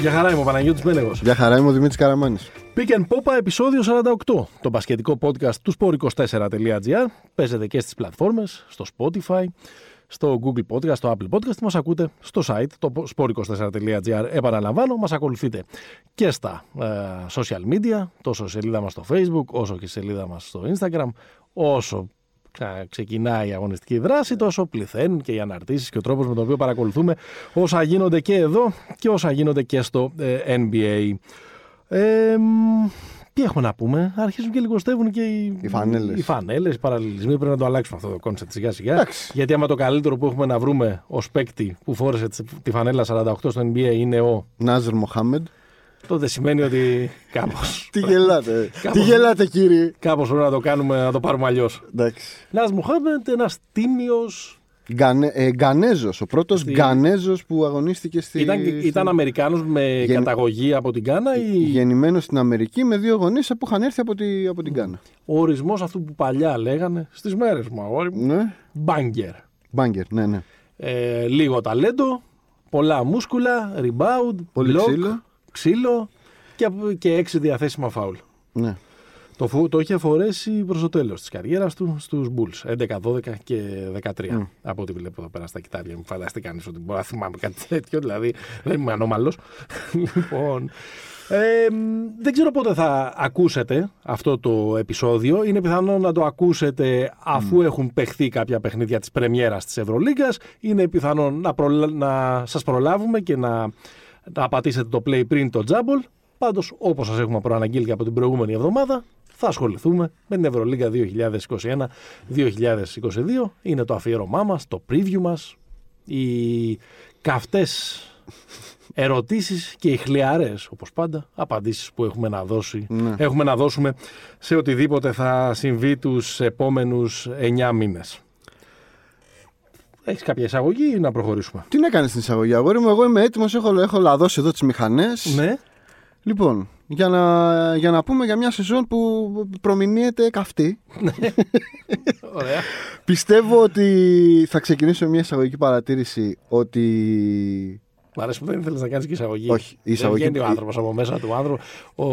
Για χαρά είμαι ο Παναγιώτης Μέλεγος. Γεια χαρά, είμαι ο Δημήτρης Καραμάνης. Pick and Popa επεισόδιο 48. Το μπασκετικό podcast του sport24.gr. Παίζεται και στις πλατφόρμες, στο Spotify, στο Google Podcast, στο Apple Podcast. Μας ακούτε στο site, το sport24.gr. Επαναλαμβάνω, μας ακολουθείτε και στα ε, social media, τόσο στη σελίδα μας στο Facebook, όσο και στη σελίδα μας στο Instagram, όσο ξα- ξεκινάει η αγωνιστική δράση, τόσο πληθαίνουν και οι αναρτήσεις και ο τρόπος με τον οποίο παρακολουθούμε όσα γίνονται και εδώ και όσα γίνονται και στο ε, NBA. Ε, μ, τι έχουμε να πούμε, αρχίζουν και λιγοστεύουν και οι, Οι φανέλες. Οι φανέλες, οι παραλληλισμοί. Πρέπει να το αλλάξουμε αυτό το κόνσεπτ σιγά σιγά. Εντάξει. Γιατί άμα το καλύτερο που έχουμε να βρούμε ως παίκτη που φόρεσε τη- τη φανέλα 48 στο NBA είναι ο. Νάζερ Μοχάμεντ. τότε σημαίνει ότι κάπως. Τι γελάτε. ε. Κάπως- Τι γελάτε, κύριε. κάπως πρέπει να το κάνουμε, να το πάρουμε αλλιώς. Εντάξει. Νας Μουχάμεντ, ένας τίμιος. Γκανε, ε, Γκανέζος, ο πρώτος Στη- Γκανέζος που αγωνίστηκε στη... Ήταν, στην- ήταν Αμερικάνος με Γεν- καταγωγή από την Κάνα ή. Γεννημένος στην Αμερική με δύο γονείς που είχαν έρθει από, τη, από την Γκάνα. Ο ορισμός αυτού που παλιά λέγανε στις μέρες μου, αγόρι μου. Ναι. Μπάγκερ. Μπάγκερ, ναι, ναι. Ε, λίγο ταλέντο, πολλά μούσκουλα, rebound, Πολύ block, ξύλο. ξύλο και, και έξι διαθέσιμα φάουλ. ναι. Το, φου- το είχε φορέσει προς το τέλος της καριέρας του στους Bulls 11, 12 και 13. Από ό,τι βλέπω εδώ πέρα στα κοιτάρια μου, φανταστεί κανείς ότι μπορεί να θυμάμαι κάτι τέτοιο. Δηλαδή δεν είμαι ανώμαλος. λοιπόν. Ε, μ, δεν ξέρω πότε θα ακούσετε αυτό το επεισόδιο. Είναι πιθανό να το ακούσετε αφού έχουν παιχθεί κάποια παιχνίδια της πρεμιέρας της Ευρωλίγκας. Είναι πιθανό να, προλα... να σας προλάβουμε και να... να πατήσετε το play πριν το τζάμπολ. Πάντως, όπως σας έχουμε προαναγγείλει και από την προηγούμενη εβδομάδα, θα ασχοληθούμε με την Ευρωλίγκα 2021-2022. Είναι το αφιέρωμά μας, το preview μας, οι καυτές ερωτήσεις και οι χλιαρές, όπως πάντα, απαντήσεις που έχουμε να, δώσει, έχουμε να δώσουμε σε οτιδήποτε θα συμβεί τους επόμενους 9 μήνες. Έχεις κάποια εισαγωγή ή να προχωρήσουμε. Τι να κάνεις στην εισαγωγή, αγόρι μου, εγώ είμαι έτοιμος, έχω, έχω λαδώσει εδώ τις μηχανές. Ναι. Λοιπόν, για να, για να πούμε για μια σεζόν που προμηνύεται καυτή. Ωραία. Πιστεύω ότι θα ξεκινήσω μια εισαγωγική παρατήρηση ότι. Μ' αρέσει που δεν ήθελε να κάνεις και εισαγωγή. Όχι, η εισαγωγή- Δεν βγαίνει ο άνθρωπος από μέσα του άνθρωπου. Ο,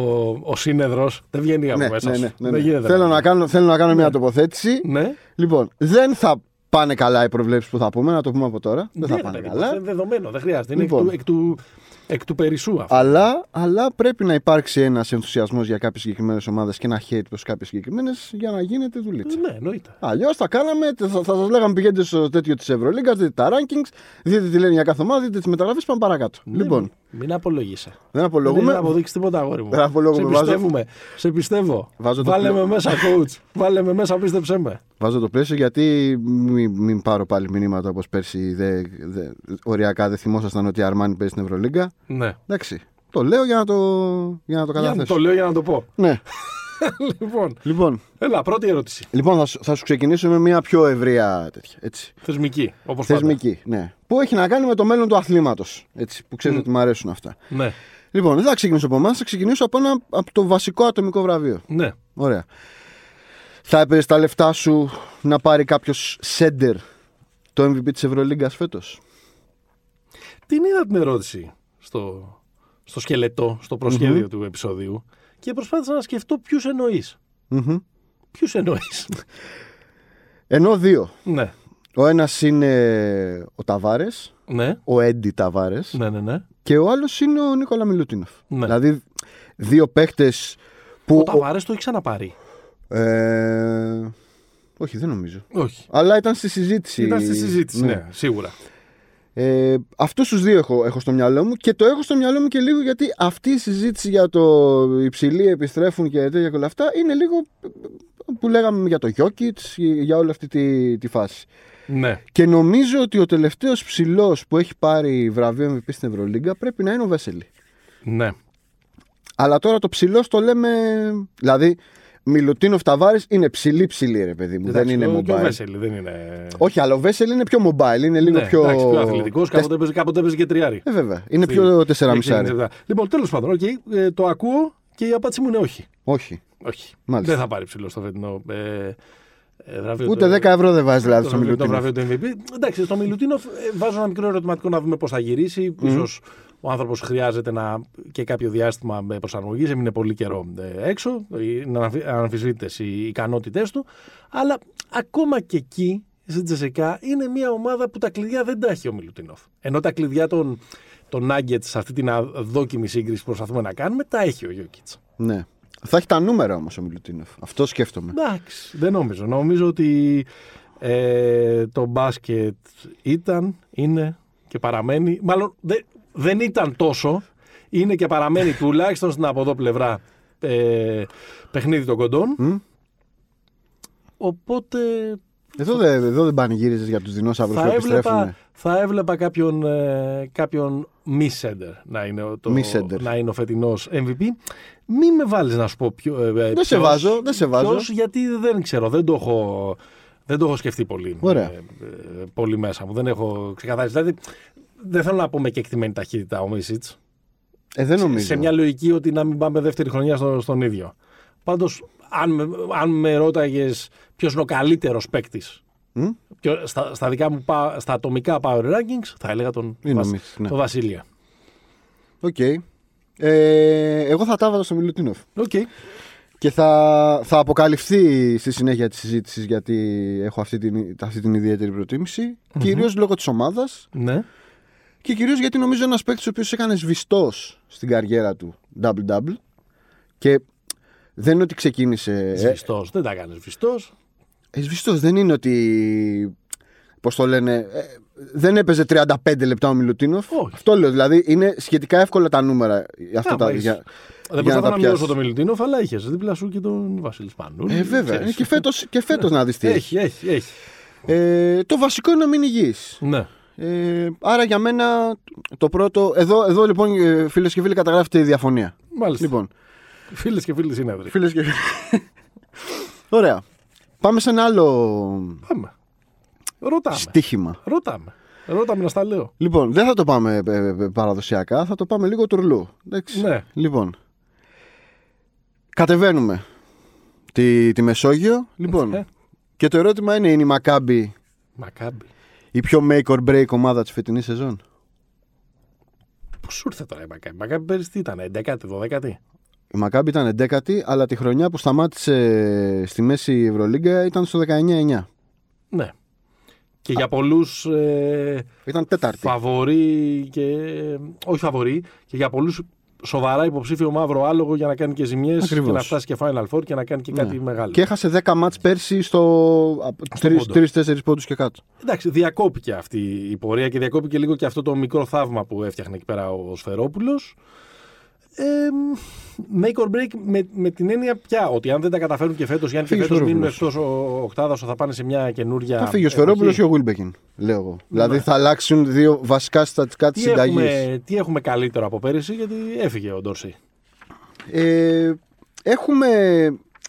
ο σύνεδρος δεν βγαίνει Ναι, από μέσα. σου. Δεν γίνεται. Θέλω, να κάνω, θέλω να κάνω μια τοποθέτηση. Ναι. Λοιπόν, δεν θα πάνε καλά οι προβλέψεις που θα πούμε, να το πούμε από τώρα. Δεν θα Ναι, πάνε ρε παιδί, καλά. Είναι δεδομένο, δεν χρειάζεται. Είναι Λοιπόν. εκ, του, εκ, του, εκ του περισσού αυτό. Αλλά, αλλά πρέπει να υπάρξει ένας ενθουσιασμός για κάποιες συγκεκριμένες ομάδες και ένα hate προς κάποιες συγκεκριμένες για να γίνεται δουλίτσα. Ναι, εννοείται. Αλλιώς θα κάναμε, θα, θα σας λέγαμε πηγαίνετε στο τέτοιο της Ευρωλίγκας, δείτε τα rankings, δείτε τι λένε για κάθε ομάδα, δείτε τις μεταγραφές, πάμε παρακάτω. λοιπόν, Ναι, μην απολογείσαι. δεν Δεν απολογούμε. αποδείξεις τίποτα, αγόρι μου. Δεν απολογούμε, σε βάζω- πιστεύουμε. Σε πιστεύω. Βάζω το Βάλε πλέον. με μέσα, coach. Βάλε με μέσα, πίστεψέ με. Βάζω το πλαίσιο γιατί μην, μην πάρω πάλι μηνύματα όπως πέρσι. Δε, δε, οριακά δεν θυμόσασταν ότι η Αρμάνι παίζει στην Ευρωλίγκα. Ναι. Εντάξει. Το λέω για να το, για να το Για να καταθέσω. το λέω για να το πω. Ναι. λοιπόν, λοιπόν, έλα, πρώτη ερώτηση. λοιπόν θα, σου- θα σου ξεκινήσω με μια πιο ευρεία τέτοια. Έτσι. Θεσμική. Όπως Θεσμική. Ναι. Που έχει να κάνει με το μέλλον του αθλήματος. Έτσι. Που ξέρεις ότι μου αρέσουν αυτά. πάντα. Ναι. Λοιπόν, δεν θα ξεκινήσω από εμάς, θα ξεκινήσω από, ένα, από το βασικό ατομικό βραβείο. Ναι. Ωραία. Θα έπαιρνε τα λεφτά σου να πάρει κάποιος σέντερ το MVP της Ευρωλίγκας φέτος. Την είδα την ερώτηση στο, στο σκελετό, στο προσχεδιο του επεισόδιου και προσπάθησα να σκεφτώ ποιους εννοείς. Ποιους εννοείς. Ενώ δύο. ναι. Ο ένας είναι ο Ταβάρες, Ναι. ο Έντι Ταβάρες, Ναι, ναι, ναι. και ο άλλος είναι ο Νίκολα Μιλούτινοφ. Ναι. Δηλαδή, δύο παίχτε που. Ο Ταβάρες το έχει ξαναπάρει. Ε, όχι, δεν νομίζω. Όχι. Αλλά ήταν στη συζήτηση. Ήταν στη συζήτηση, ναι, σίγουρα. Ε, Αυτούς τους δύο έχω, έχω στο μυαλό μου και το έχω στο μυαλό μου και λίγο γιατί αυτή η συζήτηση για το υψηλοί επιστρέφουν και τέτοια και όλα αυτά είναι λίγο ε, που λέγαμε για το Γιώκητ, για όλη αυτή τη, τη φάση. Ναι. Και νομίζω ότι ο τελευταίος ψηλός που έχει πάρει βραβείο MVP στην Ευρωλίγκα πρέπει να είναι ο Βέσελη. Ναι. Αλλά τώρα το ψηλός το λέμε. Δηλαδή, Μιλουτίνοφ Ταβάρης είναι ψηλή ψηλή, ρε παιδί μου. Εντάξει, δεν ο- είναι και Ο mobile. Βέσελη δεν είναι. Όχι, αλλά ο Βέσελη είναι πιο mobile, είναι λίγο ναι, πιο. εντάξει, πιο αθλητικός. Τεσ- Κάποτε, έπαιζε- κάποτε έπαιζε και τριάρι. Ε, βέβαια. Είναι πιο 4,5 άρι. Λοιπόν, τέλος πάντων, οκ, ε, το ακούω και η απάντηση μου είναι όχι. Όχι. Όχι. Μάλιστα. Δεν θα πάρει ψηλό στο φετινό ε, ε, βραβείο. Ούτε του- 10 ευρώ δεν βάζει δηλαδή το στο βραβείο- το Μιλουτίνοφ. βραβείο του MVP. Εντάξει, στο Μιλουτίνοφ ε, βάζω ένα μικρό ερωτηματικό να δούμε πώς θα γυρισει Ίσως Ο άνθρωπος χρειάζεται να και κάποιο διάστημα προσαρμογή. Έμεινε πολύ καιρό ε, έξω. Είναι αναμφισβήτητες οι ικανότητές του. Αλλά ακόμα και εκεί στην Τζεσικά είναι μια ομάδα που τα κλειδιά δεν τα έχει ο Μιλουτινόφ. Ενώ τα κλειδιά των, των Nuggets σε αυτή την αδόκιμη σύγκριση που προσπαθούμε να κάνουμε τα έχει ο Γιώκητ. Ναι. Θα έχει τα νούμερα όμως ο Μιλουτίνοφ. Αυτό σκέφτομαι. Εντάξει, δεν νομίζω. Νομίζω ότι ε, το μπάσκετ ήταν, είναι και παραμένει. Μάλλον δε, δεν ήταν τόσο. Είναι και παραμένει τουλάχιστον στην από εδώ πλευρά ε, παιχνίδι των κοντών. Μμ. Οπότε Εδώ, δεν- εδώ δεν πανηγύριζες για τους δεινόσαυρους που θα επιστρέφουν. έβλεπα, θα έβλεπα κάποιον, ε, κάποιον μη σέντερ να είναι ο, το, Μη σέντερ. να είναι ο φετινός MVP. Μη με βάλεις να σου πω ποιο, ε, ε, Δεν σε ποιος- βάζω, δεν σε βάζω. ποιος, γιατί δεν ξέρω, δεν το έχω, δεν το έχω σκεφτεί πολύ, Ωραία. ε, πολύ μέσα μου. Δεν έχω ξεκαθαρίσει. Δηλαδή, δεν θέλω να πω με κεκτημένη ταχύτητα ο Μίσιτς. Ε, δεν νομίζω. Σε μια λογική ότι να μην πάμε δεύτερη χρονιά στο- στον ίδιο. Πάντως, αν, με- αν με ρώταγες ποιος είναι ο καλύτερος παίκτης Μμ. Πιο- στα, στα δικά μου, πα- στα ατομικά power rankings, θα έλεγα τον, Μην Βασ- νομίζεις, ναι. τον Βασίλεια. Οκ. Ε, εγώ θα τα έβαζα στο Μιλουτίνοφ. Οκ. Και θα, θα αποκαλυφθεί στη συνέχεια της συζήτησης γιατί έχω αυτή την, αυτή την ιδιαίτερη προτίμηση. Κυρίως λόγω της ομάδας Ναι. και κυρίως γιατί νομίζω ένας παίκτης ο οποίος έκανε σβηστός στην καριέρα του double-double και δεν είναι ότι ξεκίνησε... Ε, Σβηστός. Δεν τα κάνει σβηστός. ε, σβηστός δεν είναι ότι... Πώς το λένε... ε, δεν έπαιζε 35 λεπτά ο Μιλουτίνοφ. Όχι. Αυτό λέω. Δηλαδή είναι σχετικά εύκολα τα νούμερα. Αυτά Α, τα, μα είσαι. για, Δεν για να προσπαθώ τα να μιλήσω πιάσεις. τον Μιλουτίνοφ, αλλά είχες δίπλα σου και τον Βασίλη Σπανούλη. Ε, βέβαια. Ξέρεις. Και φέτος, και φέτος να δεις τι έχει. Έχει, έχει, έχει. Ε, το βασικό είναι να μην υγιείς. Ναι. Ε, άρα για μένα το πρώτο. Εδώ, εδώ λοιπόν, φίλες και φίλοι, καταγράφεται η διαφωνία. Μάλιστα. Λοιπόν. Λοιπόν, Φίλες και φίλοι συνέδροι. φίλες και φίλοι. Ωραία. Πάμε σε ένα άλλο Πάμε. Ρωτάμε. στοίχημα. Ρωτάμε. Ρωτάμε να στα λέω. Λοιπόν, δεν θα το πάμε ε, ε, ε, παραδοσιακά, θα το πάμε λίγο τουρλού. Εντάξει. Ναι. Λοιπόν, κατεβαίνουμε τη, τη Μεσόγειο. Λοιπόν, Ε. και το ερώτημα είναι, είναι η Μακάμπη Μακάμπι. η πιο make or break ομάδα της φετινής σεζόν. Πώ σου ήρθε τώρα η Μακάμπι. Η Μακάμπι πέρυσι τι ήταν, 11η, 12η. Η Μακάμπη ήταν 11η, αλλά τη χρονιά που σταμάτησε στη μέση η Ευρωλίγκα ήταν στο 19-9. Ναι. Και για πολλού. Ήταν τέταρτη. Φαβορή και. Όχι φαβορή, και για πολλούς σοβαρά υποψήφιο μαύρο άλογο για να κάνει και ζημιές και Ακριβώς. Ναι. να φτάσει και Final Four και να κάνει και κάτι μεγάλο. Και έχασε 10 μάτς πέρσι στο πόντο. 3-4 πόντους και κάτω. Εντάξει, διακόπηκε αυτή η πορεία και διακόπηκε λίγο και αυτό το μικρό θαύμα που έφτιαχνε εκεί πέρα ο Σφερόπουλος. Ε, make or break με, με την έννοια πια ότι αν δεν τα καταφέρουν και φέτος, ή αν και Φύγει ο φέτος μείνουν Σφερόπουλος. εκτός ο οκτάδας, θα πάνε σε μια καινούργια. Θα φύγει ο εποχή. Σφερόπουλος και ο Γουίλμπεκιν, λέω εγώ. Δηλαδή θα αλλάξουν δύο βασικά στατικά της Ναι, Τι συνταγής. έχουμε, τι έχουμε καλύτερο από πέρυσι, γιατί έφυγε ο Ντόρση. Ε, έχουμε,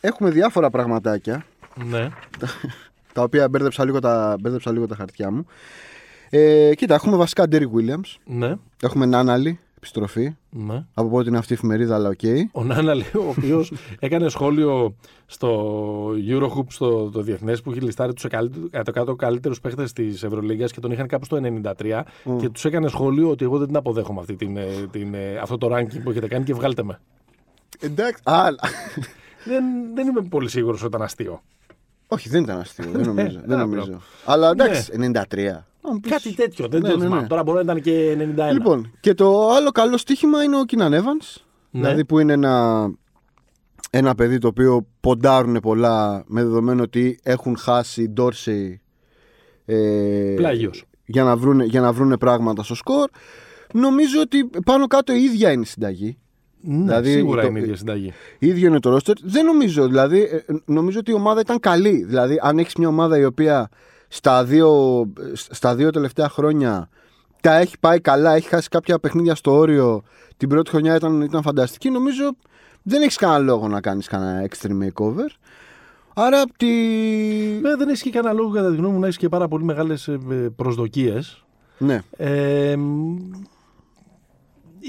έχουμε διάφορα πραγματάκια, Ναι. τα οποία μπέρδεψα λίγο τα, μπέρδεψα λίγο τα χαρτιά μου. Ε, κοίτα, έχουμε βασικά Ντέρι Williams, Ναι. έχουμε Νάναλη, επιστροφή, ναι. από πότε είναι αυτή η εφημερίδα, αλλά οκ. Ο Νάνα, λέει, ο οποίος έκανε σχόλιο στο Eurohoop, στο το διεθνές, που είχε λιστάρει ε, του 100 καλύτερους παίχτες της Ευρωλίγα και τον είχαν κάπου στο 93 και τους έκανε σχόλιο ότι εγώ δεν την αποδέχομαι αυτή την, ε, την, ε, αυτό το ranking που έχετε κάνει και βγάλτε με. Εντάξει. Α, Δεν, δεν είμαι πολύ σίγουρος ότι ήταν αστείο. όχι, δεν ήταν αστείο. δεν νομίζω. δεν α, νομίζω. Αλλά εντάξει, 93. Ναι. Να μου πεις. Κάτι τέτοιο, δεν Ναι, το ναι, θυμάμαι. ναι. Τώρα μπορεί να ήταν και 91. Λοιπόν, και το άλλο καλό στοίχημα είναι ο Κίναν Evans. Ναι. Δηλαδή που είναι ένα, ένα παιδί το οποίο ποντάρουν πολλά με δεδομένο ότι έχουν χάσει Ντόρσεϊ. Ε, Πλάγιος. Για να, βρούνε, για να βρούνε πράγματα στο σκορ. Νομίζω ότι πάνω κάτω η ίδια είναι η συνταγή. ναι, δηλαδή, σίγουρα το- είναι η ίδια συνταγή. ίδιο είναι το ρόστερ. Δεν νομίζω. Δηλαδή, ε, νομίζω ότι η ομάδα ήταν καλή. Δηλαδή, αν έχεις μια ομάδα η οποία στα δύο, στα δύο τελευταία χρόνια τα έχει πάει καλά, έχει χάσει κάποια παιχνίδια στο όριο, την πρώτη χρονιά ήταν, ήταν φανταστική, νομίζω δεν έχεις κανένα λόγο να κάνεις κανένα extreme makeover. Άρα απ' τη. Βέβαια, Ναι, δεν έχει και κανένα λόγο, κατά τη γνώμη μου, να έχεις και πάρα πολύ ε, μεγάλε προσδοκίες. Ναι. Ε, μ,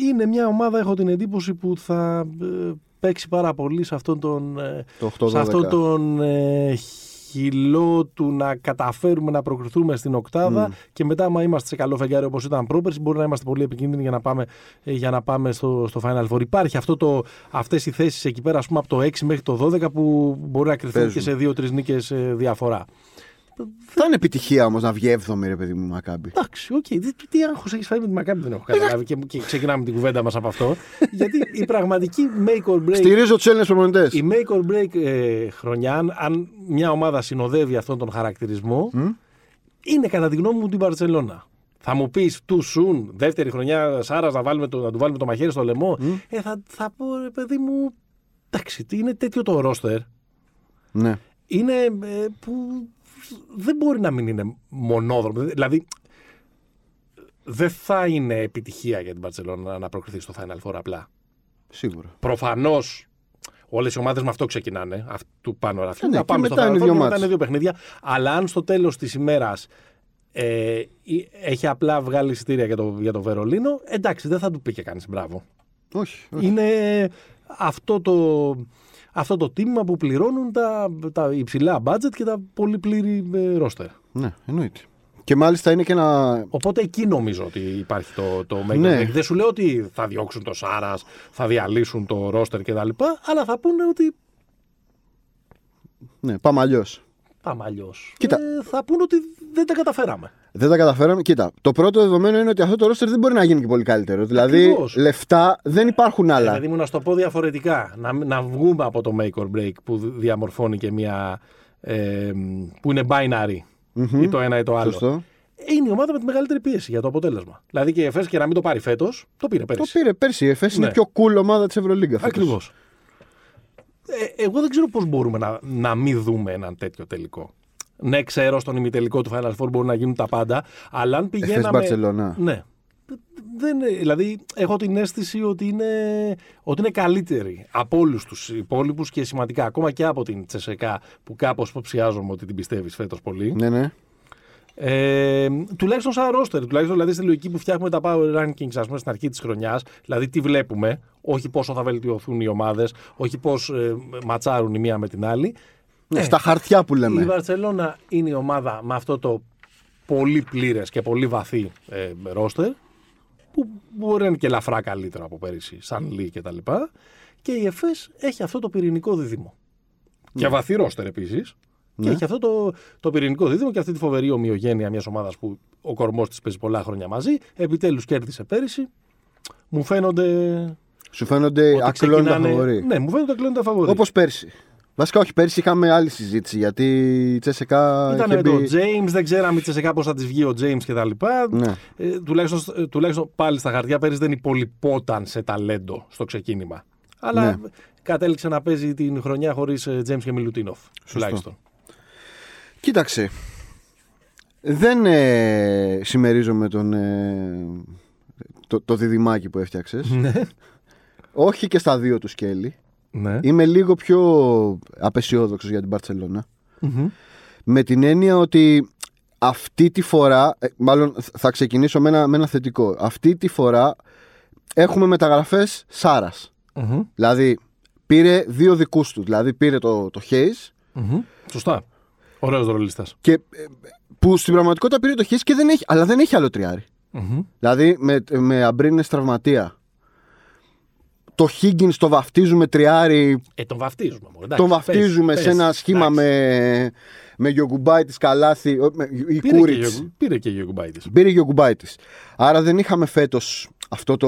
είναι μια ομάδα, έχω την εντύπωση, που θα ε, παίξει πάρα πολύ σε αυτόν τον, ε, Το 8-12. σε αυτόν τον ε, χειλό του να καταφέρουμε να προκριθούμε στην οκτάδα και μετά, άμα είμαστε σε καλό φεγγάρι όπως ήταν πρόπερση, μπορεί να είμαστε πολύ επικίνδυνοι για να πάμε, ε, για να πάμε στο, στο Final Four. Υπάρχει αυτό το, αυτές οι θέσεις εκεί πέρα, ας πούμε, από το 6 μέχρι το 12 που μπορεί να κρυφθούν Παίζουν. και σε 2-3 νίκες ε, διαφορά. Θα είναι επιτυχία όμως να βγει έβδομη, ρε παιδί μου, η Μακάμπη. Εντάξει, οκ. Δεν- Τι, τι άγχος έχεις φάει με τη Μακάμπη δεν έχω καταλάβει και, και ξεκινάμε την κουβέντα μας από αυτό. γιατί η πραγματική make or break. Στηρίζω τους Έλληνες προπονητές. Η make or break ε, χρονιά, αν- αν μια ομάδα συνοδεύει αυτόν τον χαρακτηρισμό, είναι κατά τη γνώμη μου την Παρσελώνα. Θα μου πεις του Σουν, δεύτερη χρονιά Σάρας να, βάλουμε το, να του βάλουμε το μαχαίρι στο λαιμό. Ε, θα, θα πω ρε παιδί μου, εντάξει, τι είναι τέτοιο το ρόστερ. Ναι. Είναι ε, που δεν μπορεί να μην είναι μονόδρομο. Δηλαδή, δεν θα είναι επιτυχία για την Παρσελώνα να προκριθεί στο Final Four απλά. Σίγουρα. Προφανώς όλες οι ομάδες με αυτό ξεκινάνε. Αυτού πάνω ραφιού. Ε, ναι, να και πάμε μετά στο είναι Final Four δύο και μετά μάτς. είναι δύο παιχνίδια. Αλλά αν στο τέλος της ημέρας ε, ή- έχει απλά βγάλει εισιτήρια για το, για το Βερολίνο, εντάξει, δεν θα του πει και κανείς μπράβο. Όχι. όχι. Είναι αυτό το, αυτό το τίμημα που πληρώνουν τα, τα υψηλά μπάτζετ και τα πολύ πλήρη ε, ρόστερ. Ναι, εννοείται. Και μάλιστα είναι και ένα. Οπότε εκεί νομίζω ότι υπάρχει το, το make or Ναι. break. Δεν σου λέω ότι θα διώξουν το Σάρας, θα διαλύσουν το ρόστερ κτλ. Αλλά θα πούνε ότι Ναι, πάμε αλλιώς. Πάμε αλλιώ. Κοίτα. θα πούνε ότι δεν τα καταφέραμε. Δεν τα καταφέραμε. Κοίτα, το πρώτο δεδομένο είναι ότι αυτό το ρόστερ δεν μπορεί να γίνει και πολύ καλύτερο. Δηλαδή, Ακριβώς. λεφτά δεν υπάρχουν άλλα. Δηλαδή μου να σου το πω διαφορετικά. Να, μ- να βγούμε από το make or break που δ- διαμορφώνει και μια. Ε, που είναι binary. Ή το ένα ή το άλλο. Σωστό. Είναι η ομάδα με τη μεγαλύτερη πίεση για το αποτέλεσμα. Δηλαδή και η ΕΦΕΣ και να μην το πάρει φέτος, το πήρε Το πέρυσι. πήρε πέρσι. Η ΕΦΕΣ είναι Ναι. η πιο cool ομάδα της Ευρωλίγκας. φέτος. Ακριβώς. Ε, εγώ δεν ξέρω πώς μπορούμε να, να μην δούμε έναν τέτοιο τελικό. Ναι, ξέρω στον ημιτελικό του Final Four μπορούν να γίνουν τα πάντα, αλλά αν Εφές πηγαίναμε. Μπαρσελόνα. Ναι. Δεν, δηλαδή, έχω την αίσθηση ότι είναι, ότι είναι καλύτερη από όλους τους υπόλοιπους και σημαντικά. Ακόμα και από την Τσεσεκά, που κάπως υποψιάζομαι ότι την πιστεύεις φέτος πολύ. Ναι, ναι. Ε, τουλάχιστον σαν ρόστερ, τουλάχιστον δηλαδή στη λογική που φτιάχνουμε τα power rankings ας πούμε, στην αρχή της χρονιάς. Δηλαδή, τι βλέπουμε, όχι πόσο θα βελτιωθούν οι ομάδες, όχι πώς ε, ματσάρουν η μία με την άλλη. Ναι, Στα χαρτιά που Η λέμε. Βαρσελόνα είναι η ομάδα με αυτό το πολύ πλήρες και πολύ βαθύ ε, ρόστερ, που μπορεί να είναι και ελαφρά καλύτερο από πέρυσι, σαν Λί και τα λοιπά. Και η ΕΦΕΣ έχει αυτό το πυρηνικό δίδυμο. Ναι. Και βαθύ ρόστερ επίσης. Και έχει αυτό το, το πυρηνικό δίδυμο και αυτή τη φοβερή ομοιογένεια μιας ομάδας που ο κορμός της παίζει πολλά χρόνια μαζί. Επιτέλους κέρδισε πέρυσι. Μου φαίνονται. Σου φαίνονται ότι ακλόντα ξεκινάνε- φαβορή. Ναι, μου φαίνονται ακλόντα φαβορή. Όπως πέρσι. Βασικά, όχι, πέρσι είχαμε άλλη συζήτηση γιατί η Τσέσεκα. Ήταν είχε με τον μπει- James, δεν ξέραμε τι σε πώς θα της βγει ο James και τα λοιπά. Ναι. Ε, τουλάχιστον, ε, τουλάχιστον πάλι στα χαρτιά πέρυσι δεν υπολοιπόταν σε ταλέντο στο ξεκίνημα. Αλλά Ναι. κατέληξε να παίζει την χρονιά χωρίς James και Μιλουτίνοφ. Τουλάχιστον. Κοίταξε. Δεν ε, συμμερίζομαι τον, ε, το, το διδυμάκι που έφτιαξες. Όχι και στα δύο τους σκέλη. Ναι. Είμαι λίγο πιο απεσιόδοξος για την Μπαρτσελώνα. Με την έννοια ότι αυτή τη φορά, ε, μάλλον θα ξεκινήσω με ένα, με ένα θετικό. Αυτή τη φορά έχουμε μεταγραφές Σάρας. Μμμ. Δηλαδή πήρε δύο δικούς τους. Δηλαδή πήρε το, το Hayes Μμμ. Σωστά. Ωραίος ρολίστα. και, ε, που στην πραγματικότητα πήρε το Hayes και δεν έχει, αλλά δεν έχει άλλο τριάρι. Δηλαδή με, με αμπρίνες τραυματία. Το Higgins το βαφτίζουμε τριάρι Ε, τον βαφτίζουμε. μωρέ. Εντάξει, Τον βαφτίζουμε πες, σε ένα πες. σχήμα Εντάξει. με, με Γιογκουμπάη τη Καλάθη, ο, με- η Πήρε και, Κούριτ. Γιωκου- πήρε και Γιωκουμπάη της. Πήρε Γιογκουμπάη της. Άρα δεν είχαμε φέτος αυτό το.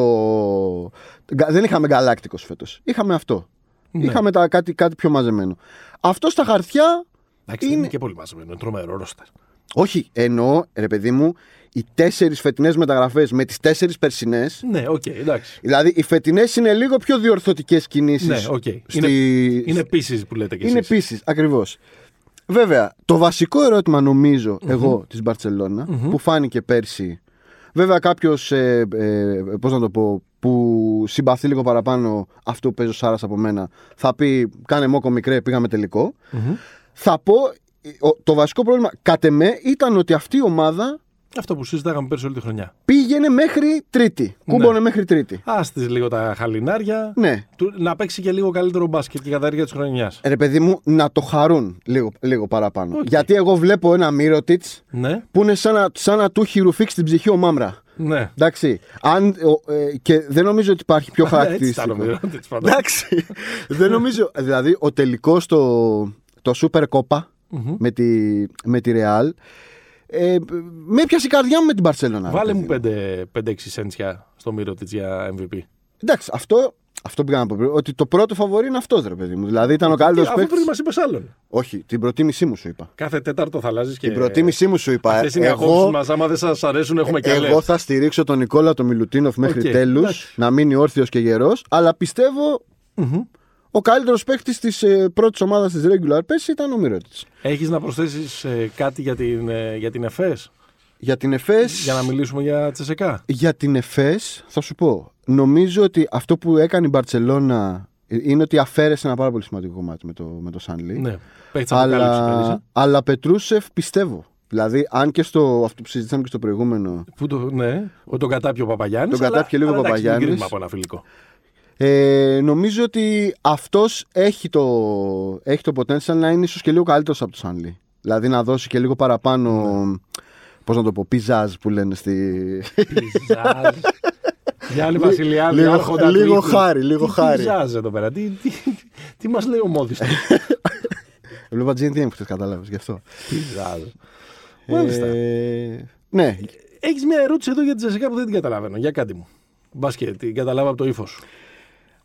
γκα- Δεν είχαμε γκαλάκτικο φέτος. Είχαμε αυτό. Ναι. Είχαμε τα, κάτι, κάτι πιο μαζεμένο. Αυτό στα χαρτιά. Εντάξει, είναι... είναι και πολύ μαζεμένο. Είναι τρομερό ρόστερ. Όχι, εννοώ, ρε παιδί μου, οι τέσσερις φετινές μεταγραφές με τις τέσσερις περσινές. Ναι, οκ, εντάξει. Δηλαδή, οι φετινές είναι λίγο πιο διορθωτικές κινήσεις. Ναι, οκ. Είναι, είναι pieces που λέτε κι Ε, Είναι εσείς. επίση, ακριβώς. Βέβαια, το βασικό ερώτημα νομίζω εγώ της μπαρσελωνα που φάνηκε πέρσι. Βέβαια, κάποιος. Ε, ε, Πώς να το πω, που συμπαθεί λίγο παραπάνω αυτό που παίζει ο Σάρας από μένα, θα πει: Κάνε μόκο μικρέ, πήγαμε τελικό». Θα πω. ε, ο- Το βασικό πρόβλημα, κατ' εμέ, ήταν ότι αυτή η ομάδα Αυτό που συζητάγαμε πέρσι όλη τη χρονιά. Πήγαινε μέχρι Τρίτη. Ναι. Κούμπονε μέχρι Τρίτη. Άστης λίγο τα χαλινάρια. Ναι. του- Να παίξει και λίγο καλύτερο μπάσκετ και κατά τη διάρκεια της χρονιάς. Ρε παιδί μου, να το χαρούν λίγο, λίγο παραπάνω. Οκ. Γιατί εγώ βλέπω ένα Μύρωτιτ Ναι, που είναι σαν να, σαν να του έχει ρουφήξει την ψυχή ο Μάμρα. ναι. Εντάξει. Αν, ο, ε, και δεν νομίζω ότι υπάρχει πιο Ναι, Έτσι τα χαρακτηριστικό. νομίζω. τέλος πάντων. Ναι. Εντάξει. δεν νομίζω. Δηλαδή, ο τελικός το, το Super Copa Μμμ. με, τη, με τη Real. Ε, με έπιασε η καρδιά μου με την Barcelona. ρε Βάλε παιδί μου 5-6 σέντσια στο Μύρωτιτ για MVP. Εντάξει, αυτό, αυτό πήγα να πω πριν. Ότι το πρώτο φαβορή είναι αυτός, ρε παιδί μου. Δηλαδή ήταν ο Και καλύτερος Αφού παίκτης. πριν μας είπες άλλον. Όχι, την προτίμησή μου σου είπα. Κάθε τέταρτο θα αλλάζεις και. Την προτίμησή μου σου είπα. Ε, Αυτές Ε, είναι οι εγώ, απόψεις μας. Άμα δεν σας αρέσουν, έχουμε και άλλε. εγώ θα στηρίξω τον Νικόλα τον Μιλουτίνοφ μέχρι Οκ, τέλους. εντάξει. Να μείνει όρθιος και γερός. Αλλά πιστεύω ο καλύτερος παίκτης της ε, πρώτης ομάδας της regular πέρσι ήταν ο Μύρωτιτ. Έχεις να προσθέσεις κάτι για την, ε, για την ΕΦΕΣ, Για την ΕΦΕΣ. για να μιλήσουμε για Τσεσεκά. Για την ΕΦΕΣ θα σου πω. Νομίζω ότι αυτό που έκανε η Μπαρσελόνα είναι ότι αφαίρεσε ένα πάρα πολύ σημαντικό κομμάτι με το, με το Σανλί. Ναι, παίχτη αλλά, αλλά... αλλά Πετρούσεφ πιστεύω. Δηλαδή, αν και στο αυτό που συζητήσαμε και στο προηγούμενο. Που το, ναι, ο- τον κατάπιο Παπαγιάννης. Τον κατάπιε λίγο ο Παπαγιάννης. κρίμα από ένα φιλικό. Ε, νομίζω ότι αυτός έχει το, έχει το potential να είναι ίσως και λίγο καλύτερος από το Σανλί. Δηλαδή, να δώσει και λίγο παραπάνω. Πώς να το πω, πιζάζ που λένε στη. Πιζάζ. Γιάννη Βασιλιάδη, λίγο- άρχοντα λίγο Κρήτης. χάρη, λίγο τι χάρη. πιζάζ εδώ πέρα, τι, τι, τι μας λέει ο Μόδης του. Βλέπα GNTM χθες, κατάλαβες γι' αυτό. πιζάζ. Μάλιστα. Ε, ναι, Έχεις μια ερώτηση εδώ για τη Τζεσικά που δεν την καταλαβαίνω. Για κάτι μου. Μπας και την καταλάβα από το ύφος σου.